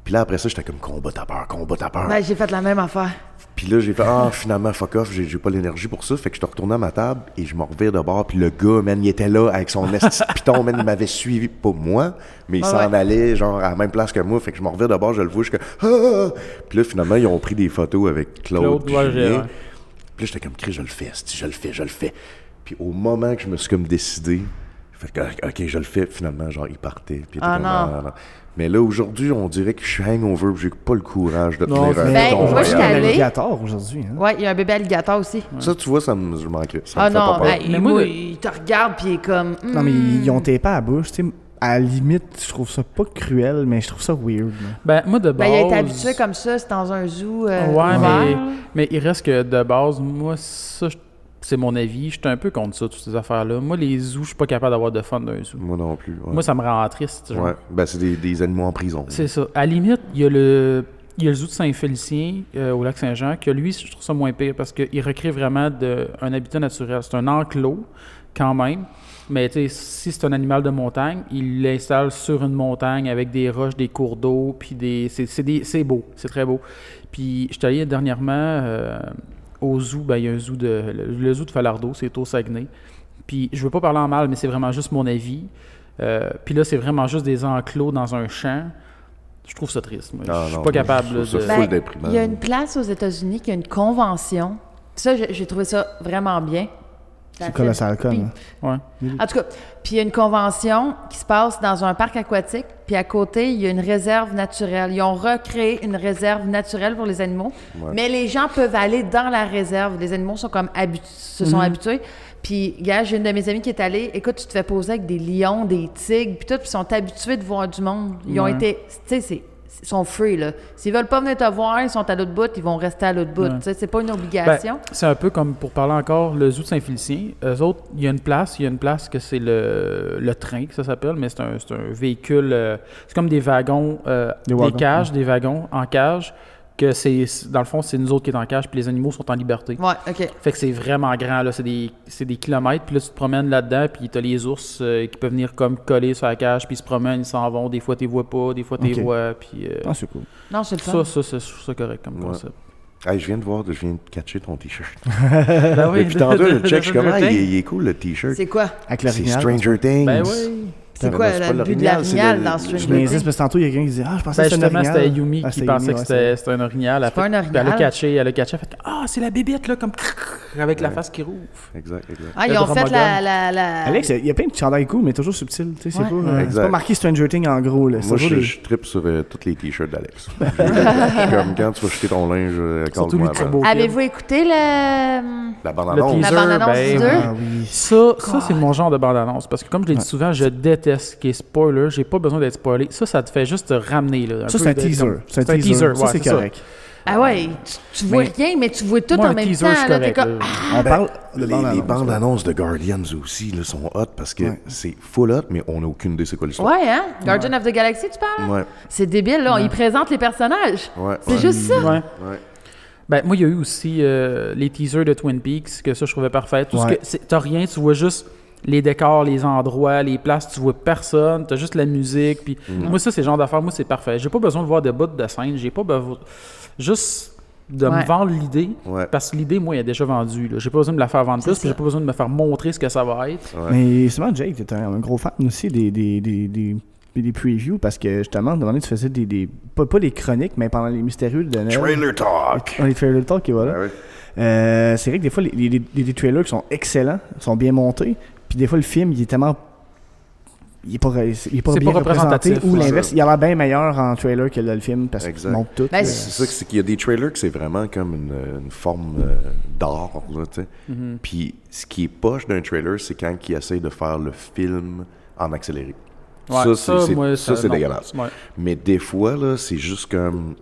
A: Puis là, après ça, j'étais comme combat ta peur, combat ta peur.
C: Ben, j'ai fait la même affaire.
A: Puis là, j'ai fait Ah, finalement, fuck off, j'ai j'ai pas l'énergie pour ça. Fait que je te retourné à ma table et je m'en revire de bord. Puis le gars, man, il était là avec son esti de piton, man, il m'avait suivi, pas moi, mais il
C: Ah
A: s'en
C: ouais.
A: allait, genre, à la même place que moi. Fait que je m'en revire de bord, je le vois, je suis comme Ah! Puis là, finalement, ils ont pris des photos avec Claude.
B: Claude,
A: puis
B: ouais, j'ai-
A: Julien.
B: ouais.
A: Puis là, j'étais comme Cris, je le fais, esti, je le fais, je le fais. Puis au moment que je me suis comme décidé, fait que, Ah, ok, je le fais, finalement, genre, il partait. Puis il était
C: Ah
A: comme,
C: non.
A: Mais là, aujourd'hui, on dirait que je suis hangover, puis j'ai pas le courage de
D: Non,
A: tenir un
D: mais-
C: Ben,
A: piton
C: moi, je
A: royal.
C: suis allée-
D: alligator aujourd'hui. Hein?
C: Ouais, il y a un bébé alligator aussi.
A: Ça, tu vois, ça me, je m'en crisse. Ça
C: Ah
A: me fait
C: non,
A: pas peur.
C: ben,
B: Mais
C: il,
B: moi,
C: oui, il te regarde, puis il est comme. hmm.
D: Non, mais ils ont tapé à la bouche. tu sais. À la limite, je trouve ça pas cruel, mais je trouve ça weird. là.
B: Ben, moi, de
C: Ben,
B: base.
C: il est habitué comme ça, c'est dans un zoo. euh,
B: Ouais, mais,
C: ouvert.
B: mais il reste que de base, moi, ça, je- c'est mon avis. Je suis un peu contre ça, toutes ces affaires-là. Moi, les zoos, je suis pas capable d'avoir de fun d'un zoo.
A: Moi non plus. ouais.
B: Moi, ça me rend triste. genre.
A: Ouais. Ben, c'est des, des animaux en prison.
B: C'est ça. À la limite, il y a le. Il y a le zoo de Saint-Félicien euh, au lac Saint-Jean, que lui, je trouve ça moins pire parce qu'il recrée vraiment de, un habitat naturel. C'est un enclos, quand même. Mais tu sais, si c'est un animal de montagne, il l'installe sur une montagne avec des roches, des cours d'eau, puis des. C'est, c'est des- c'est beau, c'est très beau. Puis je suis allé dernièrement euh, au zoo, ben, il y a un zoo de. Le, le zoo de Falardeau, c'est au Saguenay. Puis je veux pas parler en mal, mais c'est vraiment juste mon avis. Euh, puis là, c'est vraiment juste des enclos dans un champ. Je trouve ça triste. Moi.
A: Ah,
B: je suis
A: non,
B: pas
A: moi,
B: capable
A: je
B: là,
A: trouve
B: de.
A: ça
C: Ben,
A: full déprimant.
C: il y a une place aux États-Unis qui a une convention. Ça, j'ai j'ai trouvé ça vraiment bien.
D: C'est colossal comme. hein.
B: Ouais.
C: En tout cas, puis il y a une convention qui se passe dans un parc aquatique, puis à côté, il y a une réserve naturelle. Ils ont recréé une réserve naturelle pour les animaux, mais les gens peuvent aller dans la réserve. Les animaux sont comme habitu- se
B: Mhm.
C: sont habitués. Puis, gars, j'ai une de mes amies qui est allée. Écoute, tu te fais poser avec des lions, des tigres, puis tout, puis ils sont habitués de voir du monde. Ils ont
B: Ouais.
C: été, tu sais, c'est ils sont free, là. S'ils veulent pas venir te voir, ils sont à l'autre bout, ils vont rester à l'autre bout.
B: Ouais.
C: Tu sais, c'est pas une
B: Ben,
C: obligation.
B: c'est un peu comme pour parler encore le zoo de Saint-Félicien. Eux autres, il y a une place, il y a une place que c'est le, le train que ça s'appelle, mais c'est un, c'est un véhicule. euh, c'est comme des wagons, euh,
D: Des
B: des,
D: wagons,
B: cages, des wagons en cage. Que c'est c'est- dans le fond, c'est nous autres qui est en cage, puis les animaux sont en liberté.
C: Ouais, OK.
B: Fait que c'est vraiment grand, là. C'est des, c'est des kilomètres. Puis là, tu te promènes là-dedans, puis t'as les ours euh, qui peuvent venir comme coller sur la cage, puis ils se promènent, ils s'en vont. Des fois, t'es vois pas, des fois, t'es
D: Ok.
B: vois. Puis euh,
D: Ah, c'est cool.
C: Non, c'est le
B: ça,
C: fun.
B: ça, c'est- je trouve ça correct comme
A: Ouais.
B: concept.
A: Hey, je viens de voir, je viens de catcher ton t-shirt.
B: Ben oui,
A: Depuis tantôt,
B: de-
A: je
B: de-
A: check, je suis
B: de- de-
A: comme, ah,
B: de-
A: il, est- il est cool le t-shirt.
C: C'est quoi?
D: Avec
A: C'est
D: l'orignal.
A: Stranger Things.
B: Ben oui.
C: C'est
A: Ben
C: quoi
A: non, c'est pas
C: le but de
A: l'orignal, c'est
C: l'orignal
A: le-
C: dans
A: le-
D: Je
C: Stranger
D: niaisais,
C: Things?
D: c'est parce que tantôt, il y a quelqu'un qui disait Ah, je pensais
B: Ben
D: que c'était une
B: justement,
D: orignal.
B: c'était Yumi
D: Ah,
B: qui
D: c'était
B: pensait
D: Yumi,
B: que
D: ouais,
B: c'était c'était un orignal.
C: pas un
B: Puis elle a
C: orignal.
B: catché, elle a catché. Elle fait « Ah, c'est la bébête, là, comme crrr, avec la face qui rouvre.
A: Exact, exact.
C: Ah,
B: Le
C: ils ont fait
B: dromadaire.
C: la. la, la...
D: Alex, il y a plein de chandails cool, mais toujours subtil. Tu sais, c'est
C: Ouais.
D: pas, euh, c'est
A: Exact.
D: pas marqué Stranger Things en gros. Là. C'est
A: Moi,
D: toujours
A: je,
D: des-
A: je trippe sur euh, tous les t-shirts d'Alex. je suis comme, quand tu vas jeter ton linge, euh,
B: Surtout lui,
A: accorde-moi avant.
B: Turbo Kid.
C: Avez-vous écouté euh, le.
A: La
B: Le
A: bande-annonce.
C: La
B: teaser,
C: bande-annonce
B: ben,
C: du deux?
D: Ah oui.
B: Ça, ça c'est mon genre de bande-annonce. Parce que, comme je l'ai dit souvent, je déteste ce qui est spoiler. J'ai pas besoin d'être spoilé. Ça, ça te fait juste te ramener. Là,
D: Ça,
B: peu
D: c'est un
B: de-
D: teaser.
B: comme-
D: C'est un teaser. Ça,
B: ouais,
D: c'est
B: ça.
D: correct.
C: Ah ouais, tu, tu vois
B: Mais-
C: rien, mais tu vois tout
B: Moi,
C: en
B: un
C: même
B: teaser,
C: temps.
B: je suis
C: là, t'es
B: correct.
C: comme,
B: là. ah,
D: On parle
A: Ben, Les,
D: de
A: les
D: bande-annonce.
A: bandes-annonces de Guardians aussi là, sont hot parce que
D: Ouais.
A: c'est full hot, mais on n'a aucune idée c'est quoi l'histoire.
C: Ouais, hein? Guardian of the Galaxy, tu parles?
A: Ouais.
C: C'est débile, là. Ils présentent les personnages.
A: Ouais,
C: C'est
A: ouais.
C: juste ça.
B: Ouais.
A: Ouais.
B: Ben, moi, il y a eu aussi euh, les teasers de Twin Peaks, que ça, je trouvais parfait. Tout ce
D: Ouais.
B: que- c'est- T'as rien, tu vois juste les décors, les endroits, les places, tu vois personne, t'as juste la musique. Puis
A: Mm.
B: moi, ça, c'est le genre d'affaires, moi, c'est parfait. J'ai pas besoin de voir de bouts de scène, j'ai pas besoin. Juste de
C: Ouais.
B: me vendre l'idée,
A: Ouais.
B: parce que l'idée, moi, elle est déjà vendue. là. J'ai pas besoin de me la faire vendre plus,
C: ça.
B: puis j'ai pas besoin de me faire montrer ce que ça va être.
A: Ah.
D: Mais justement, Jake, t'es un, un gros fan aussi des, des, des, des, des- des previews parce que justement, de donné, tu faisais des. des pas, pas les chroniques, mais pendant les mystérieux de Noël.
A: Trailer Talk.
D: Ah, les trailers talk, et voilà.
A: Ah ouais.
D: Euh, c'est vrai que des fois, les, les, les- les trailers qui sont excellents, sont bien montés, puis des fois, le film, il est tellement. Il est pas, ré- il est pas
B: C'est
D: bien
B: pas
D: représenté.
B: représentatif,
D: Ou
B: ouais.
D: l'inverse, il a l'air bien meilleur en trailer que dans le film parce qu'il
A: Exact.
D: montre tout.
C: Ben,
D: là.
A: C'est ça, que c'est qu'il y a des trailers que c'est vraiment comme une, une forme euh, d'art, là, tu sais.
B: Mhm.
A: Puis ce qui est poche d'un trailer, c'est quand ils essayent de faire le film en accéléré.
B: Ouais,
A: ça, c'est- c'est
B: moi,
A: ça, c'est
B: non.
A: dégueulasse.
B: Ouais.
A: Mais des fois, là, c'est juste comme...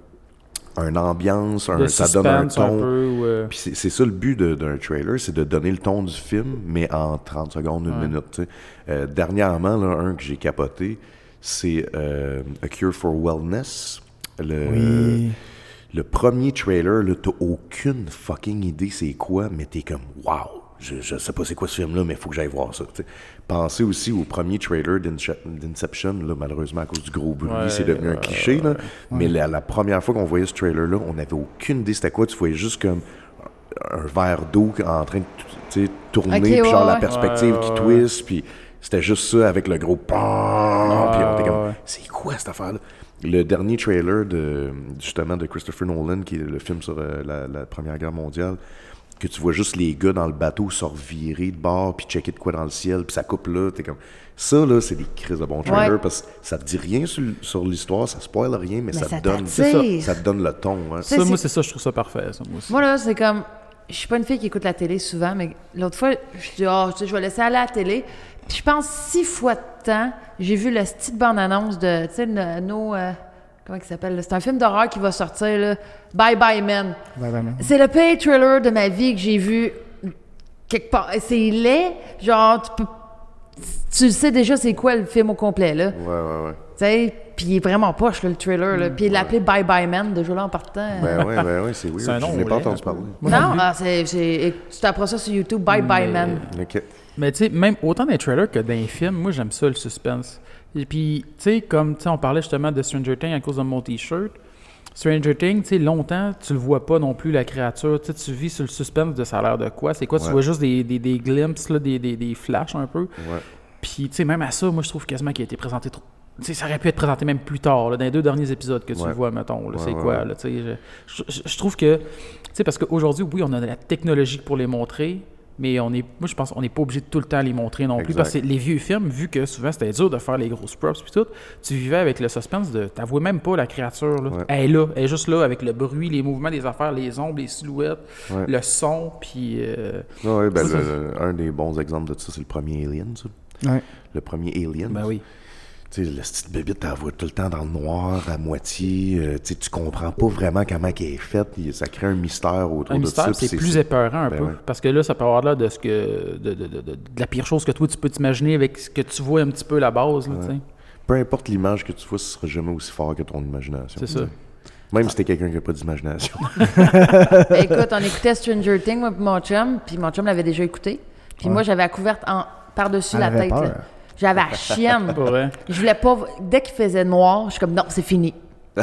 A: une ambiance, un-
B: Le
A: ça donne un
B: suspense
A: ton.
B: peu, ou, euh,
A: Puis c'est c'est ça le but de- d'un trailer, c'est de donner le ton du film, mais en 30 secondes, une minute. tu sais. Euh, dernièrement, là, un que j'ai capoté, c'est euh, A Cure for Wellness. Le,
D: Oui.
A: le premier trailer, là, t'as aucune fucking idée c'est quoi, mais t'es comme wow, je, je sais pas c'est quoi ce film-là, mais faut que j'aille voir ça. tu sais. Pensez aussi au premier trailer d'Inche- d'Inception, là, malheureusement à cause du gros bruit,
B: Ouais,
A: c'est devenu un cliché. là. Mais la, la première fois qu'on voyait ce trailer-là, on n'avait aucune idée c'était quoi. Tu voyais juste comme un verre d'eau en train de tu sais, tourner,
C: Ok,
A: puis
C: ouais,
A: genre la
C: ouais.
A: perspective
B: Ouais,
A: qui
B: ouais,
A: twist, puis c'était juste ça avec le gros pan, puis on était comme
B: ouais.
A: c'est quoi cette affaire-là? Le dernier trailer de justement de Christopher Nolan, qui est le film sur euh, la, la Première Guerre mondiale, que tu vois juste les gars dans le bateau se revirer de bord, puis checker de quoi dans le ciel, puis ça coupe là, t'es comme... Ça, là, c'est des crises de bons trailers,
C: Ouais.
A: parce que ça te dit rien sur, sur l'histoire, ça spoil rien, mais, ça,
C: ça
A: te donne,
C: t'attire.
A: ça te donne le ton. hein.
C: sais,
B: ça, moi,
C: c'est-
B: c'est ça, je trouve ça parfait. ça, moi aussi.
C: Moi, là, c'est comme. Je suis pas une fille qui écoute la télé souvent, mais l'autre fois, je dis, oh, tu sais, je vais laisser aller à la télé. Puis je pense six fois de temps, j'ai vu la petite bande-annonce de, tu sais, no- no, euh, comment il s'appelle? là? C'est un film d'horreur qui va sortir, là. Bye Bye Man.
D: Ouais, vraiment.
C: C'est le pire thriller de ma vie que j'ai vu quelque part. Et C'est laid. Genre, tu peux. Tu sais déjà c'est quoi le film au complet, là. Tu
A: Ouais, ouais, ouais.
C: sais, puis il est vraiment poche, là, le thriller, là. Puis il l'appelait Bye Bye Man, déjà là, en partant.
A: Ben ouais, ben ouais, c'est weird.
B: C'est un nom
A: Je n'ai pas
B: laid,
A: entendu
B: un
A: parler.
C: Non, ah, c'est, c'est- tu t'apprends ça sur YouTube, Bye Bye
B: Mais-
C: Man.
A: OK.
B: Mais tu sais, même autant dans les trailers que dans les films, moi j'aime ça le suspense. Et puis, tu sais, comme tu sais, on parlait justement de Stranger Things à cause de mon t-shirt. Stranger Things, tu sais, longtemps, tu le vois pas non plus la créature. Tu sais, tu vis sur le suspense de ça a l'air de quoi. C'est quoi, tu
A: Ouais.
B: vois juste des, des, des glimpses, là, des, des, des flashs un peu. Puis, tu sais, même à ça, moi je trouve quasiment qu'il a été présenté trop. Tu sais, ça aurait pu être présenté même plus tard, là, dans les deux derniers épisodes que tu
A: Ouais.
B: le vois, mettons. là,
A: Ouais,
B: c'est
A: ouais,
B: quoi,
A: ouais.
B: là, tu sais. Je, je- je trouve que. Tu sais, parce qu'aujourd'hui, oui, on a de la technologie pour les montrer, mais on est, moi, je pense qu'on n'est pas obligé de tout le temps les montrer non plus.
A: Exact.
B: Parce que les vieux films, vu que souvent c'était dur de faire les grosses props puis tout, tu vivais avec le suspense de. T'avouais même pas la créature, là.
A: Ouais.
B: Elle est là, elle est juste là, avec le bruit, les mouvements des affaires, les ombres, les silhouettes,
A: Ouais.
B: le son, puis. euh,
A: Ouais, ouais, ben,
B: Ça, ça-
A: le- le- un des bons exemples de ça, c'est le premier Alien, ça.
D: Ouais.
A: Le premier Alien.
B: Ben oui.
A: Tu sais, la petite bébite, t'en vois tout le temps dans le noir, à moitié. euh, tu sais, tu comprends pas vraiment comment qu'elle est faite. puis Ça crée un mystère autour
B: Un
A: de
B: mystère,
A: ça. puis
B: c'est plus épeurant un
A: Ben
B: peu.
A: ouais.
B: Parce que là, ça peut avoir l'air de, ce que, de, de- de- de- de la pire chose que toi, tu peux t'imaginer avec ce que tu vois un petit peu la base. là, tu sais.
A: Peu importe l'image que tu vois, ce sera jamais aussi fort que ton imagination.
B: C'est ça.
A: Même si t'es quelqu'un qui a pas d'imagination.
C: Écoute, on écoutait Stranger Things, moi, puis mon chum, puis mon chum l'avait déjà écouté. Puis moi, j'avais la couverte en, par-dessus
D: Elle
C: la
D: avait
C: tête.
D: peur.
C: là. J'avais la chienne.
B: Pas vrai.
C: Je voulais pas. Dès qu'il faisait noir, je suis comme, non, c'est fini.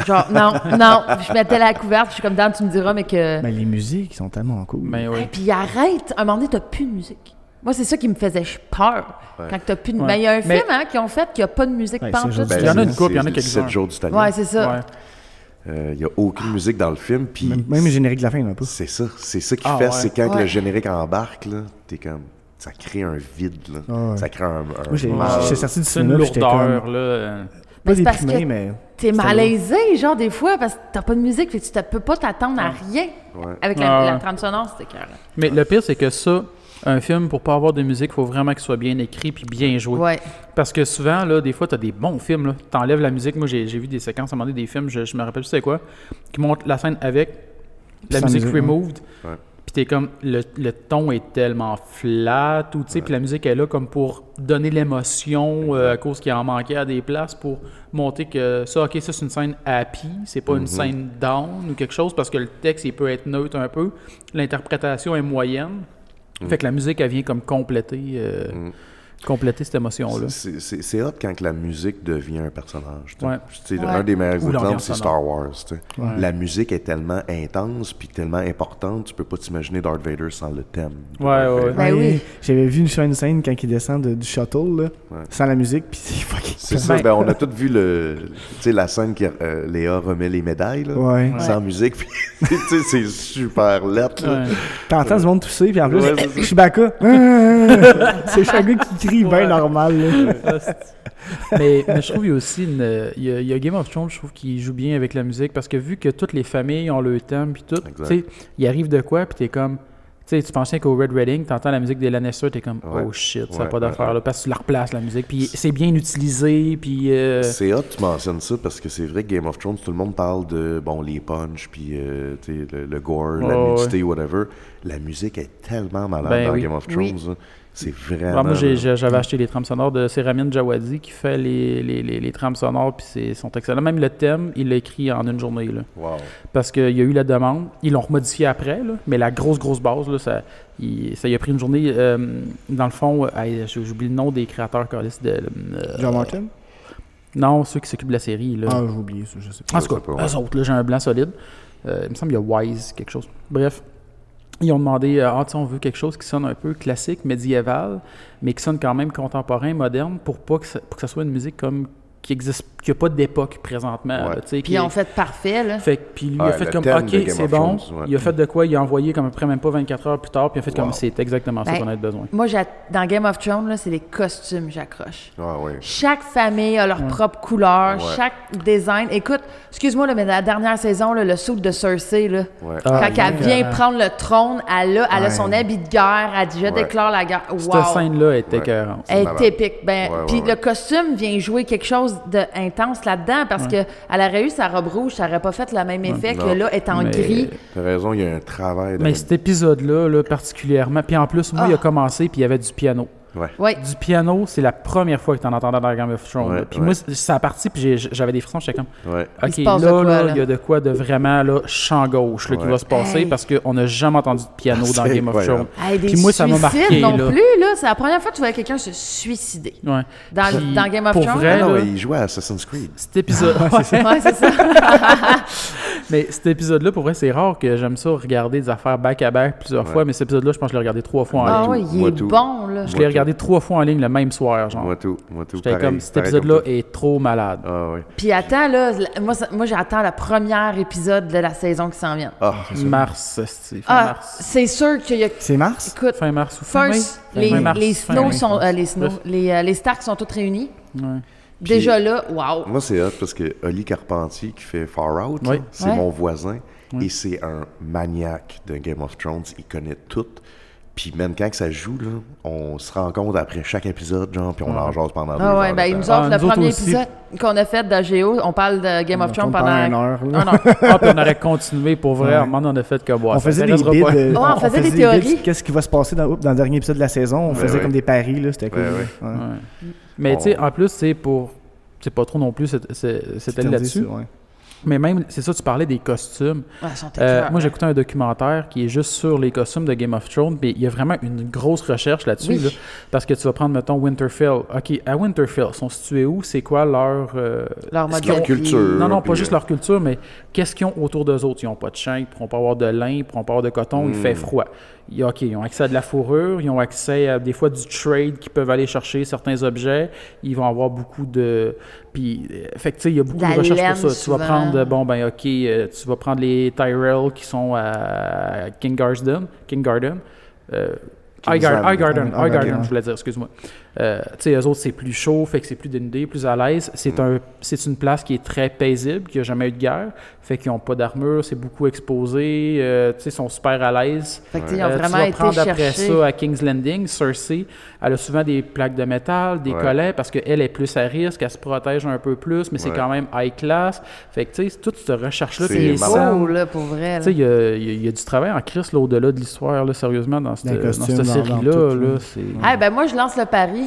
C: Genre, non, non. Je mettais la couverte, je suis comme, Dan, tu me diras, mais que.
D: Mais Ben, les musiques sont tellement cool.
B: Mais Ben oui.
C: Hey, puis arrête, un moment donné, t'as plus de musique. Moi, c'est ça qui me faisait peur. Quand t'as plus de. Mais il y a un
B: Mais-
C: film hein, qui ont fait qu'il n'y a pas de musique
D: Ouais,
C: pendant
D: c'est
C: tout.
D: juste- ben,
B: Il y en a une
A: Ben, c'est-
B: couple, il y en a
A: c'est
B: quelques-uns.
A: Sept jours du Talent.
C: Ouais, c'est ça.
B: Ouais.
A: Euh, Il y a aucune musique dans le film. Puis
D: Même, même le générique de la fin, il y en a pas.
A: C'est ça. C'est ça qui
B: Ah,
A: fait,
B: ouais.
A: c'est quand que le
C: Ouais.
A: générique embarque, là, t'es comme. Ça crée un vide, là.
D: Ah, ouais.
A: Ça crée un. un
D: Moi, j'ai-
A: mal.
D: j'ai- j'ai sorti du
B: Ah, C'est une
D: cinéma, puis j'étais comme...
B: lourdeur. Là, euh,
D: Pas
C: Mais c'est parce
D: déprimé,
C: que
D: mais...
C: T'es
D: C'était
C: malaisé, genre, des fois, parce que t'as pas de musique, fait que tu te peux pas t'attendre à rien.
A: Ouais.
C: Avec la,
B: Ouais,
C: la
B: ouais.
C: trame sonore, c'était clair.
B: Mais le pire, c'est que ça, un film, pour pas avoir de musique, il faut vraiment qu'il soit bien écrit puis bien joué.
C: Ouais.
B: Parce que souvent, là, des fois, t'as des bons films. là. T'enlèves la musique. Moi, j'ai j'ai vu des séquences à un moment donné, des films, je, je me rappelle plus c'est quoi, qui montrent la scène avec la
D: Sans
B: musique
D: musique, ouais.
B: removed.
A: Ouais.
B: Puis t'es comme, le, le ton est tellement flat, ou tu sais, puis la musique est là comme pour donner l'émotion euh, à cause qu'il en manquait à des places pour monter que ça, ok, ça c'est une scène happy, c'est pas une scène down ou quelque chose parce que le texte il peut être neutre un peu, l'interprétation est moyenne. Fait que la musique elle vient comme compléter, euh, compléter cette émotion là.
A: C'est- C'est c'est hot quand que la musique devient un personnage. tu sais.
B: Ouais.
A: Tu sais,
C: Ouais.
A: Un des meilleurs
B: Ou
A: exemples,
B: l'ambiance
A: c'est
B: sonore.
A: Star Wars. tu sais. La musique est tellement intense puis tellement importante, tu peux pas t'imaginer Darth Vader sans le thème. de
B: Ouais,
A: Darth
B: ouais,
A: Vader.
C: Ben oui.
D: J'avais vu une, sur une scène quand il descend de- du shuttle, là,
A: Ouais.
D: sans la musique, puis c'est fucking...
A: C'est ça, ben, on a tous vu le, tu sais, la scène que euh, Léa remet les médailles là,
D: Ouais.
A: sans musique. puis, tu sais, c'est super lettre. là.
B: Ouais.
D: T'entends du monde tousser, puis en plus,
A: Ouais, c'est ça.
D: Chewbacca... Ah! c'est chaque gars qui crie
B: Ouais.
D: bien normal, là.
B: mais, mais je trouve qu'il y a aussi une, il y a, il y a Game of Thrones, je trouve qu'il joue bien avec la musique parce que vu que toutes les familles ont le thème puis tout,
A: Exact.
B: tu sais, il arrive de quoi puis t'es comme Tu sais, tu penses rien qu'au Red Redding, t'entends la musique des Lannister, t'es comme
A: Ouais.
B: oh shit, ça n'a
A: Ouais,
B: pas
A: ouais,
B: d'affaire
A: ouais.
B: là, parce que tu la replaces la musique, puis c'est bien utilisé, puis euh,
A: C'est hot que tu mentionnes ça parce que c'est vrai que Game of Thrones, tout le monde parle de bon les punchs, puis euh, tu sais, le, le gore, la
B: Ouais,
A: nudité, whatever. La musique est tellement malade
B: Ben
A: dans
B: oui.
A: Game of
C: Oui.
A: Thrones. hein. C'est vraiment.
B: vraiment, j'ai-
A: là,
B: j'ai- j'avais acheté les trames sonores de Séramine Jawadi qui fait les, les, les, les trames sonores, puis c'est- sont excellents. Même le thème, il l'a écrit en une journée là.
A: wow.
B: parce qu'il y a eu la demande. Ils l'ont remodifié après, là, mais la grosse, grosse base, là, ça, il- ça y a pris une journée. euh, dans le fond, euh, hey, j'ai- j'oublie le nom des créateurs, câlisse, de, euh,
D: John Martin?
B: Non, ceux qui s'occupent de la série. Là.
D: Ah, j'ai oublié ça, je sais pas.
B: en tout
A: je sais
B: cas,
A: pas, ouais.
B: eux autres, là, j'ai un blanc solide. Euh, il me semble qu'il y a Wise, quelque chose. Bref. Ils ont demandé, euh, ah, tu sais, on veut quelque chose qui sonne un peu classique, médiéval, mais qui sonne quand même contemporain, moderne, pour pas que ça, pour que ça soit une musique comme qui existe, qui a pas d'époque présentement. là,
A: Ouais.
B: tu sais, qui
C: Puis
B: est-
C: en fait, parfait, là.
B: fait que- puis lui, il a
A: Ouais,
B: fait
A: le
B: comme,
A: thème de
B: OK,
A: Game
B: c'est
A: of
B: bon.
A: Thrones, ouais.
B: Il a fait de quoi? Il a envoyé comme après même pas 24 heures plus tard, puis il a fait
A: Wow.
B: comme, c'est exactement ça
C: Ben,
B: qu'on a besoin.
C: Moi, j'a- dans Game of Thrones, là, c'est les costumes, j'accroche.
A: Ah ouais.
C: Chaque famille a leur propre couleur,
A: Ouais.
C: chaque design. Écoute, excuse-moi, là, mais la dernière saison, là, le saut de Cersei, là,
A: Ouais.
B: Ah,
C: quand elle
B: yeah.
C: vient prendre le trône, elle a, elle a son
D: Ouais.
C: habit de guerre, elle dit « je
A: Ouais.
C: déclare la guerre ».
B: Cette
C: Wow!
B: scène-là était
A: Ouais.
B: écœurante.
A: C'est
C: Elle
A: malade.
C: est épique. Ben,
A: Ouais, ouais,
C: puis
A: ouais.
C: le costume vient jouer quelque chose d'intense là-dedans parce que qu'elle aurait eu sa robe rouge, ça n'aurait pas fait le même effet que
A: Non.
C: là, est en
B: Mais-
C: gris.
A: T'as raison, il y a un travail. de-
B: Mais cet épisode-là, là, particulièrement, puis en plus,
C: Ah.
B: moi, il a commencé, puis il y avait du piano.
A: Ouais.
C: Oui.
B: Du piano, c'est la première fois que t'en entendais dans Game of Thrones.
A: Ouais,
B: là. puis
A: ouais.
B: moi, c'est- ça a parti, puis j'ai- j'avais des frissons, j'étais comme,
A: Ouais.
B: OK,
C: se passe de
B: là,
C: quoi,
B: là,
C: là?
B: il y a de quoi de vraiment, là, champ gauche, là, qui
A: Ouais. Ah,
B: va se passer,
C: Hey.
B: parce qu'on n'a jamais entendu de piano dans
A: C'est
B: Game of Thrones.
A: incroyable.
C: Hey, des
B: Puis moi, ça m'a
C: suicides
B: marqué,
C: non
B: là.
C: plus, là. C'est la première fois que tu voyais quelqu'un se suicider.
B: Ouais.
C: Dans-
B: Puis,
C: dans Game of
B: pour
C: Thrones?
A: Ah
B: Vrai,
A: non,
B: là,
A: il jouait à Assassin's Creed.
B: cet épisode.
C: Ouais, c'est ça.
B: Mais cet épisode-là, pour vrai, c'est rare que j'aime ça regarder des affaires back-à-back plusieurs fois, mais cet épisode-là, je pense que je l'ai regardé trois fois en
C: Ah
B: ligne.
C: oui, il
A: moi
C: est
A: tout.
C: bon, là.
B: Je l'ai regardé trois fois en ligne le même soir, genre.
A: Moi tout, moi tout.
B: J'étais
A: pareil,
B: comme, cet
A: pareil
B: épisode-là
A: toi.
B: est trop malade.
A: Ah ouais.
C: Puis attends, là, la- moi, ça- moi j'attends le premier épisode de la saison qui s'en vient.
A: Ah,
B: mars, c'est fin
C: Ah,
B: mars.
C: c'est sûr qu'il y a...
D: C'est Mars?
C: Écoute,
B: Fin mars ou fin
C: first,
B: mai?
C: les,
B: Fin mars,
C: les
B: fin
C: Snow
B: mai.
C: sont... euh, les Snow,
B: Bref.
C: les, euh, les Stark sont toutes réunis.
B: Ouais.
C: Déjà là, wow.
A: Moi, c'est hot parce que Oli Carpentier qui fait Far Out,
B: Oui.
A: là, c'est
C: Ouais.
A: mon voisin et c'est un maniaque de Game of Thrones. Il connaît tout. Puis même quand que ça joue, là, on se rencontre après chaque épisode, genre, puis on en jase pendant deux
C: Ah ouais,
A: heures
C: ben,
A: de
C: il nous
A: temps.
C: autres,
B: Ah,
C: le
B: nous autres
C: premier
B: aussi.
C: épisode qu'on a fait de Géo, on parle de Game of Thrones pendant...
D: une heure. là.
C: Ah non.
B: Ah, puis on aurait continué pour vrai.
D: Ouais.
B: À un moment, donné, on a fait comme, ouais, ça
D: on faisait des
B: s'arrêtera
D: bids.
B: pas.
D: euh,
C: Ouais, on faisait des
D: bids
C: théories.
D: sur Qu'est-ce qui va se passer dans, dans le dernier épisode de la saison? On faisait
A: ouais.
D: comme des paris, là. C'était cool.
A: Ouais, ouais.
D: Ouais.
B: Ouais. Mais
A: On-
B: tu sais, en plus, c'est pour. C'est pas trop non plus, c'est- c'est- c'était
D: C'était
B: là-dessus.
D: dit, ouais.
B: Mais même, c'est ça, tu parlais des costumes.
C: Ah, ils sont
B: Euh,
C: écœurants.
B: moi, j'écoutais un documentaire qui est juste sur les costumes de Game of Thrones, mais il y a vraiment une grosse recherche là-dessus.
C: Oui.
B: là. parce que tu vas prendre, mettons, Winterfell. OK, à Winterfell, sont situés où? C'est quoi leur... euh,
C: Leur
B: ce
C: mode
B: qu'ils
C: de
B: ont-
A: Leur
C: vie.
A: culture.
B: Non, non,
A: puis,
B: pas juste
A: euh,
B: leur culture, mais qu'est-ce qu'ils ont autour d'eux autres? Ils n'ont pas de chaîne, ils ne pourront pas avoir de lin, ils ne pourront pas avoir de coton, il
A: Hmm.
B: fait froid. Il y a- OK, ils ont accès à de la fourrure, ils ont accès à des fois du trade qu'ils peuvent aller chercher certains objets, ils vont avoir beaucoup de... Puis, euh, fait que, tu sais, il y a beaucoup
C: De la
B: de recherches pour ça.
C: laine, souvent.
B: Tu vas prendre, euh, bon, ben OK, euh, tu vas prendre les Tyrell qui sont à King Garden, King Garden, euh, High Garden,
A: Kingsland.
B: High Garden,
D: High
B: High Garden,
D: Garden.
B: je voulais dire, excuse-moi. Euh, tu sais, eux autres, c'est plus chaud, fait que c'est plus dénudé, plus à l'aise.
A: Mm.
B: C'est un, c'est une place qui est très paisible, qui n'a jamais eu de guerre, fait qu'ils n'ont pas d'armure, c'est beaucoup exposé, euh, tu sais, ils sont super à l'aise.
C: Fait que, tu sais, ils
B: Euh,
C: ont vraiment
B: tu vas prendre
C: été
B: après
C: cherchés.
B: ça à King's Landing, Cersei, elle a souvent des plaques de métal, des
A: Ouais.
B: collets, parce qu'elle est plus à risque, elle se protège un peu plus, mais c'est
A: Ouais.
B: quand même high class. Fait que, tu sais, toute cette recherche-là,
A: C'est
B: puis les
A: malade.
B: scènes,
C: Oh, là, pour
B: tu
C: vrai. là.
B: sais, il y, a- il y a- il y a du travail en crise là, au-delà de l'histoire, là, sérieusement, dans cette,
D: Dans les
B: dans
D: costumes,
B: cette
D: dans- dans
B: série-là.
D: tout,
B: là,
D: là.
B: c'est-
C: Ah, ben moi, je lance le pari.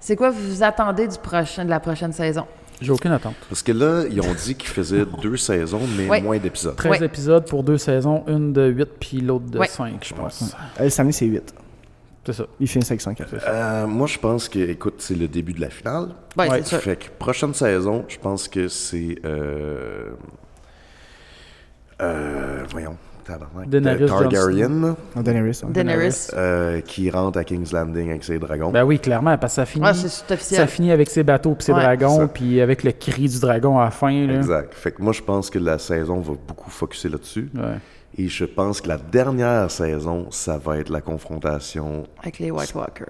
C: C'est quoi vous vous attendez du prochain, de la prochaine saison?
B: J'ai aucune attente.
A: Parce que là, ils ont dit qu'ils faisaient deux saisons, mais
C: Ouais.
A: moins d'épisodes.
B: 13
C: Ouais.
B: épisodes pour deux saisons, une de 8 puis l'autre de
C: Ouais.
B: 5, je pense.
D: Euh, Le samedi, c'est 8.
B: C'est ça.
D: Il finit 504.
A: Euh, moi, je pense que, écoute, c'est le début de la finale.
C: Ben,
B: Ouais,
C: c'est sûr.
A: Fait que prochaine saison, je pense que c'est. Euh, euh, voyons, tabarnak,
B: Daenerys
A: de Targaryen, là,
D: En Daenerys. hein.
C: Daenerys.
A: euh, qui rentre à King's Landing avec ses dragons.
B: Ben oui, clairement, parce que ça finit,
C: Ouais, c'est c'est
B: ça
C: officiel.
B: finit avec ses bateaux puis ses
C: Ouais.
B: dragons,
A: Ça.
B: puis avec le cri du dragon à la fin. Là.
A: exact. Fait que moi, je pense que la saison va beaucoup focuser là-dessus.
B: Ouais.
A: Et je pense que la dernière saison, ça va être la confrontation
C: Avec les White Walkers.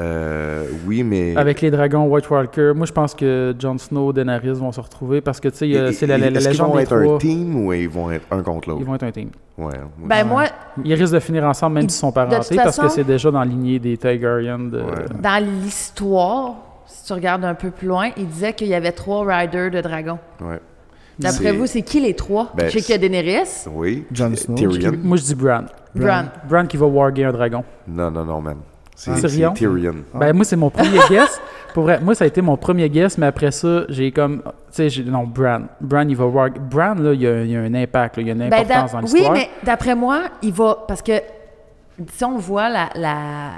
A: Euh, oui, mais.
B: Avec les dragons White Walker, moi je pense que Jon Snow, Daenerys vont se retrouver parce que tu sais, il y a-
A: Et-
B: euh, c'est la, la, la
A: est-ce qu'ils
B: légende
A: vont
B: des
A: être un
B: trois.
A: team ou ils vont être un contre l'autre?
B: Ils vont être un team.
A: Ouais, oui.
C: Ben moi,
B: Ils risquent de finir ensemble même s'ils sont
C: toute
B: parentés parce que
C: façon-
B: c'est déjà dans la lignée des Targaryen. De...
A: Ouais.
C: dans l'histoire, si tu regardes un peu plus loin, il disait qu'il y avait trois riders de dragons.
A: ouais.
C: D'après
A: C'est-
C: vous, c'est qui les trois?
A: Ben,
C: je sais qu'il y a Daenerys,
A: Oui. Euh,
D: Jon Snow.
A: Tyrion.
B: Moi je dis Bran.
C: Bran.
B: Bran qui va warguer un dragon.
A: Non, non, non, man. C'est
B: Ah.
A: c'est
B: Tyrion?
A: Tyrion.
B: Ben moi c'est mon premier guess. Pour vrai, moi ça a été mon premier guess, mais après ça, j'ai comme tu sais j'ai- non Bran. Bran il va warg Bran là, il y a, il y a un impact, là, il y a une
C: Ben,
B: importance
C: d'a-
B: dans
C: oui,
B: l'histoire.
C: mais d'après moi, il va. Parce que si on voit la- la-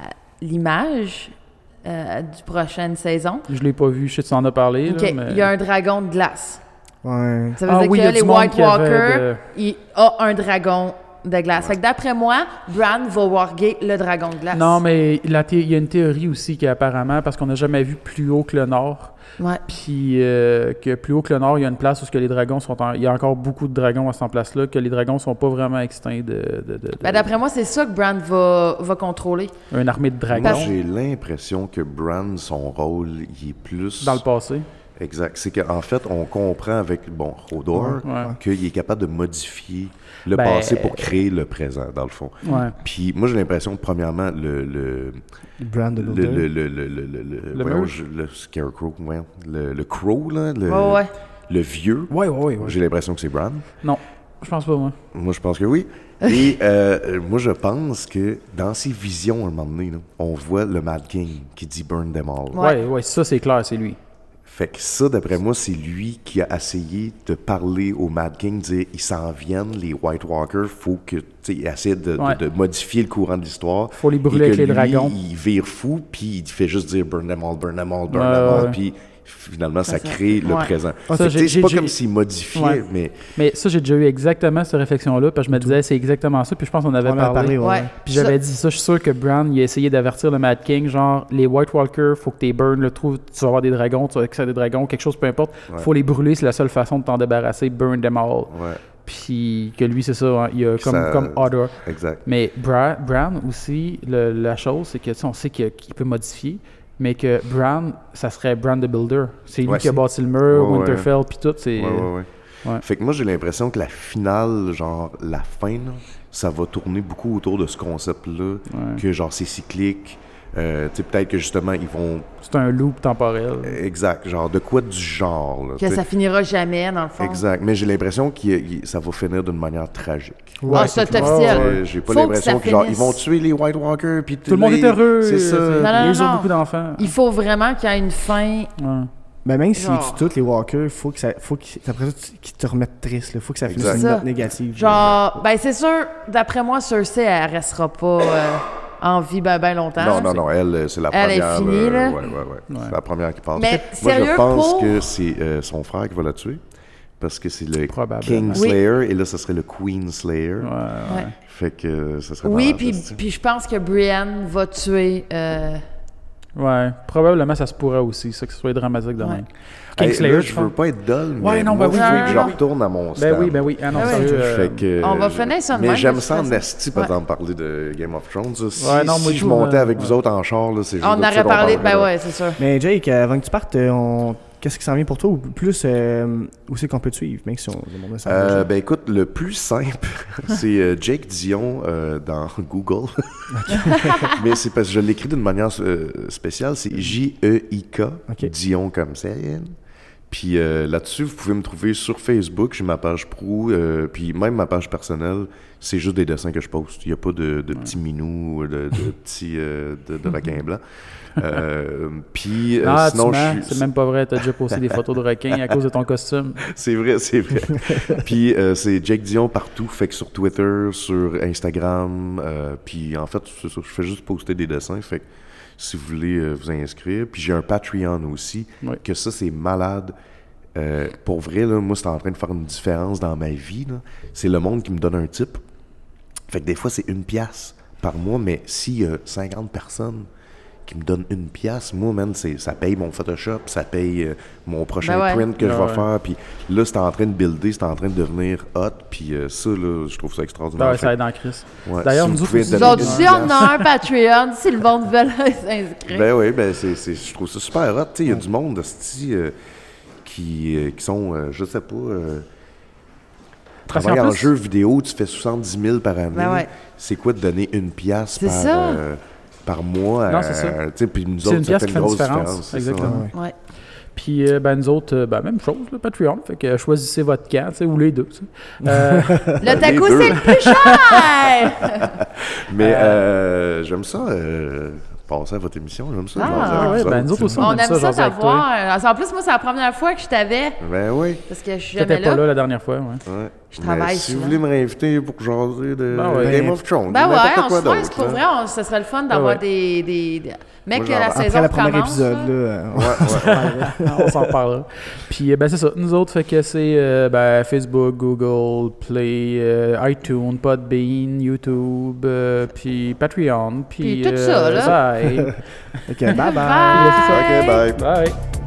C: l'image euh, du prochaine saison,
B: Je l'ai pas vu, je sais que tu en as parlé
C: OK,
B: là,
C: il
B: mais-
C: y a un dragon de glace.
D: Ouais.
C: Ça veut
B: Ah
C: dire
B: oui, il y
C: que
B: a
C: les
B: du monde
C: White
B: qui avait
C: Walkers,
B: de-
C: il a un dragon de glace. Fait que d'après moi, Bran va warguer le dragon de glace.
B: Non, mais la thé- il y a une théorie aussi qui apparemment parce qu'on n'a jamais vu plus haut que le nord.
C: Ouais.
B: Puis euh, que plus haut que le nord, il y a une place où ce que les dragons sont en- il y a encore beaucoup de dragons à cette place-là, que les dragons sont pas vraiment extincts de, de- de- de-
C: Ben, d'après moi, c'est ça que Bran va, va contrôler.
B: une armée de
A: Moi,
B: dragons
A: j'ai l'impression que Bran, son rôle, il est plus.
B: dans le passé.
A: Exact. C'est qu'en fait, on comprend avec, bon, Hodor,
B: Ouais.
A: qu'il est capable de modifier le
B: Ben-
A: passé pour créer le présent, dans le fond.
B: Ouais.
A: Puis moi, j'ai l'impression, que, premièrement, le. le
D: Brand de
A: le,
D: l'auteur.
A: le, le, le, le, le, le-
B: Le
A: voyons,
B: meurtre?
A: je- le Scarecrow, voyons, le, le Crow, là, le,
C: Ouais, ouais.
A: le vieux.
B: Ouais, ouais, ouais.
A: J'ai l'impression que c'est Bran.
B: Non, je pense pas moi.
A: Moi, je pense que oui. Et euh, moi, je pense que dans ses visions, à un moment donné, là, on voit le Mad King qui dit Burn them all.
C: Ouais.
B: Ouais, ouais, ça c'est clair, c'est lui.
A: Fait que ça, d'après moi, c'est lui qui a essayé de parler au Mad King, dire ils s'en viennent, les White Walkers, faut que. Tu sais, il essaie de, de-
B: Ouais.
A: de modifier le courant de l'histoire.
B: Faut les
A: Et
B: brûler
A: que
B: avec les
A: lui,
B: dragons.
A: Il vire fou, puis il fait juste dire burn them all, burn them all, burn
B: Ouais,
A: them all,
B: ouais. Ah,
A: puis finalement, ça,
C: Ça, ça-
A: crée le
C: ouais.
A: présent.
B: Ça,
A: Fait que,
B: j'ai-
A: tu sais, c'est
B: j'ai-
A: pas
B: j'ai-
A: comme s'il modifiait,
B: Ouais.
A: mais.
B: Mais ça, j'ai déjà eu exactement cette réflexion-là, parce que je me disais, c'est exactement ça, puis je pense qu'on avait
D: On en a
B: parlé.
D: parlé, ouais.
C: Ouais.
B: Puis j'avais dit ça, je suis sûr que Brown, il a essayé d'avertir le Mad King, genre, les White Walkers, faut que tu burn, le trou, tu vas avoir des dragons, tu vas accéder à des dragons, quelque chose, peu importe, faut les brûler, c'est la seule façon de t'en débarrasser, burn them all.
A: Ouais,
B: Puis que lui, c'est ça, hein, il a comme,
A: Ça-
B: comme order.
A: exact.
B: Mais Bra- Brown aussi, le- la chose, c'est que tu sais, on sait qu'il qu'il peut modifier, mais que Brown, ça serait Brown the Builder. C'est lui
A: Ouais,
B: qui a
A: c'est-
B: bâti le mur,
A: Ouais, ouais.
B: Winterfell, puis tout. C'est
A: Ouais, ouais, ouais.
B: Ouais.
A: Fait que moi, j'ai l'impression que la finale, genre, la fin, là, ça va tourner beaucoup autour de ce concept-là, que genre, c'est cyclique. Euh, tu sais, peut-être que justement, ils vont.
B: c'est un loop temporel.
A: Euh, Exact, genre, de quoi du genre, là,
C: Que
A: tu sais.
C: ça finira jamais, dans le fond.
A: Exact, mais j'ai l'impression que ça va finir d'une manière tragique.
C: Ah, ça, c'est
B: clair.
C: officiel.
B: Ouais, ouais.
A: Euh, J'ai pas
C: Faut que
A: l'impression
C: ça
A: que, genre, ils
C: finisse.
A: vont tuer les White Walkers, puis
B: Tout le monde est heureux.
A: C'est ça.
B: euh,
C: Non, non,
B: Ils
C: non,
B: ont
C: non.
B: beaucoup d'enfants.
C: Il faut vraiment qu'il y ait une fin.
B: Ouais.
D: Ben même s'ils
C: Genre.
D: tuent tous les walkers, faut que ça, faut qu'ils- après ça, tu- qu'ils te remettent triste. Là. Faut que ça finisse sur une
C: Exact.
D: note négative.
C: Genre, ben c'est sûr, d'après moi, Cersei, elle restera pas euh, en vie ben, ben longtemps.
A: Non, non, non, elle, euh, c'est la
C: Elle est
A: première.
C: finie,
A: euh,
C: là.
A: ouais, ouais, ouais. C'est la première qui passe.
C: Mais
A: Moi, je
C: sérieux,
A: pense
C: pour-
A: que c'est euh, son frère qui va la tuer. Parce que c'est le
B: Probablement.
A: King
B: Oui.
A: Slayer, et là, ça serait le Queen Slayer.
B: Ouais.
C: Ouais.
A: Fait que euh, ça serait
C: Oui,
A: malade,
C: puis
A: ça.
C: puis je pense que Brienne va tuer. euh,
B: Ouais. Probablement, ça se pourrait aussi, ça, que ce soit dramatique de
C: Ouais.
B: même.
A: Hey,
B: Kingslayer,
A: là,
B: je
A: je veux
B: pense.
A: pas être dull, mais
B: Ouais, non,
A: moi,
B: ben oui,
A: faut
C: non,
A: que je
C: non.
A: retourne à mon
B: Ben
A: stand.
B: oui, ben oui. Ah non,
C: Ah ouais.
B: sérieux. euh,
A: Fait que,
C: On va
A: je-
C: finir ça de
A: Mais
C: même,
A: j'aime
C: de
A: ça en
C: toute façon.
A: esti, par
C: Ouais.
A: exemple, parler de Game of Thrones. là. Si,
B: Ouais, non, moi,
A: si
B: je
A: je montais
B: vois,
A: avec
B: ouais.
A: vous autres en char, là, c'est juste
C: on
A: de ça
C: aurait
A: qu'on
C: parlé.
A: parlerait,
C: Ben
A: là.
C: ouais, c'est sûr.
D: Mais Jake, avant que tu partes, euh, on... qu'est-ce qui s'en vient pour toi ou plus euh, où c'est qu'on peut te suivre, même si on demande ça.
A: Euh, ben écoute, le plus simple, c'est euh, Jake Dion euh, dans Google. Mais c'est parce que je l'écris d'une manière euh, spéciale,
B: Mm-hmm.
A: c'est J-E-I-K,
D: Ok.
A: Dion comme ça. Puis euh, là-dessus, vous pouvez me trouver sur Facebook, j'ai ma page pro, euh, puis même ma page personnelle, c'est juste des dessins que je poste. Il n'y a pas de, de petits minous, ou de, de petits euh, de, de requins blancs. Euh, puis euh,
B: Ah,
A: sinon,
B: tu
A: je
B: mens,
A: suis...
B: c'est même pas vrai, t'as déjà posté des photos de requins à cause de ton costume.
A: C'est vrai, c'est vrai. puis euh, c'est Jake Dion partout, fait que sur Twitter, sur Instagram, euh, puis en fait, c'est ça, je fais juste poster des dessins, fait que si vous voulez euh, vous inscrire. Puis j'ai un Patreon aussi,
B: Ouais.
A: que ça, c'est malade. Euh, pour vrai, là, moi, c'est en train de faire une différence dans ma vie. là. C'est le monde qui me donne un type. Fait que des fois, c'est une pièce par mois, mais s'il y a 50 personnes qui me donne une pièce, moi, man, c'est- ça paye mon Photoshop, ça paye euh, mon prochain
C: Ben ouais.
A: print que je
B: Ouais,
A: vais
B: Ah ouais.
A: faire. Puis là, c'est en train de builder, c'est en train de devenir hot. Puis euh, ça, là, je trouve ça extraordinaire.
B: Ah ouais,
A: Fait
B: ça aide en crise.
A: Ouais,
B: D'ailleurs,
A: si
B: nous
A: vous
B: autres,
A: pouvez
B: aussi-
C: Nous
A: donner
C: autres,
A: une
C: si on a un Patreon, si le monde veut s'inscrire.
A: Ben oui, ben c'est, c'est- je trouve ça super hot. Tu sais, Il y a
B: Mm.
A: du monde hostie, euh, qui, euh, qui sont, euh, je sais pas, euh,
B: Parce
A: travaillent
B: qu'en
A: en,
B: plus-
A: jeu vidéo, tu fais 70 000 par année.
C: Ben ouais.
A: C'est quoi de donner une pièce
C: C'est
A: par,
C: ça.
A: euh, par mois?
B: Non,
A: à-
B: c'est ça.
A: tu sais, Puis nous
B: C'est
A: autres,
B: une
A: ça
B: pièce
A: fait
B: qui
A: une
B: fait une
A: grosse
B: différence.
A: différence. c'est ça,
B: Exactement.
A: ouais.
C: Ouais.
B: Puis, euh, ben, nous autres, euh, ben, même chose, le Patreon. Fait que euh, choisissez votre camp, tu sais, ou les deux. tu sais. Euh,
C: Le taco,
A: deux.
C: c'est le plus cher!
A: Mais euh, j'aime ça, euh, passer à votre émission, j'aime ça.
C: Ah,
A: jaser avec
B: ouais,
A: vous
B: ben,
A: autres.
B: nous autres aussi, on,
C: on aime ça
B: jaser avec toi.
C: t'avoir. En plus, moi, c'est la première fois que je t'avais.
A: Ben oui.
C: Parce que je suis jamais
B: T'étais
C: là.
B: pas là la dernière fois, ouais.
A: ouais.
C: Je
A: Mais
C: travaille
A: Si vous
C: souvent.
A: voulez me réinviter pour jaser de
B: Ben ouais.
A: Game of Thrones,
C: Ben ouais,
A: n'importe
C: on
A: quoi
C: se pense
A: d'autre. hein.
C: pour
A: là.
C: vrai, on- ce serait le fun d'avoir
B: Ouais, ouais.
C: des, des, des- Mais
A: Moi,
C: que la
A: j'en-
C: saison
D: Après le premier
C: recommence,
D: épisode,
C: là.
D: là, euh,
A: Ouais, ouais.
B: on s'en reparlera. Puis euh, ben, c'est ça. Nous autres, fait que c'est euh, ben, Facebook, Google, Play, euh, iTunes, Podbean, YouTube, euh, puis Patreon, puis, euh,
C: Puis tout ça, là.
B: Bye.
D: ok, bye bye.
C: Bye!
A: Ok, bye.
B: bye.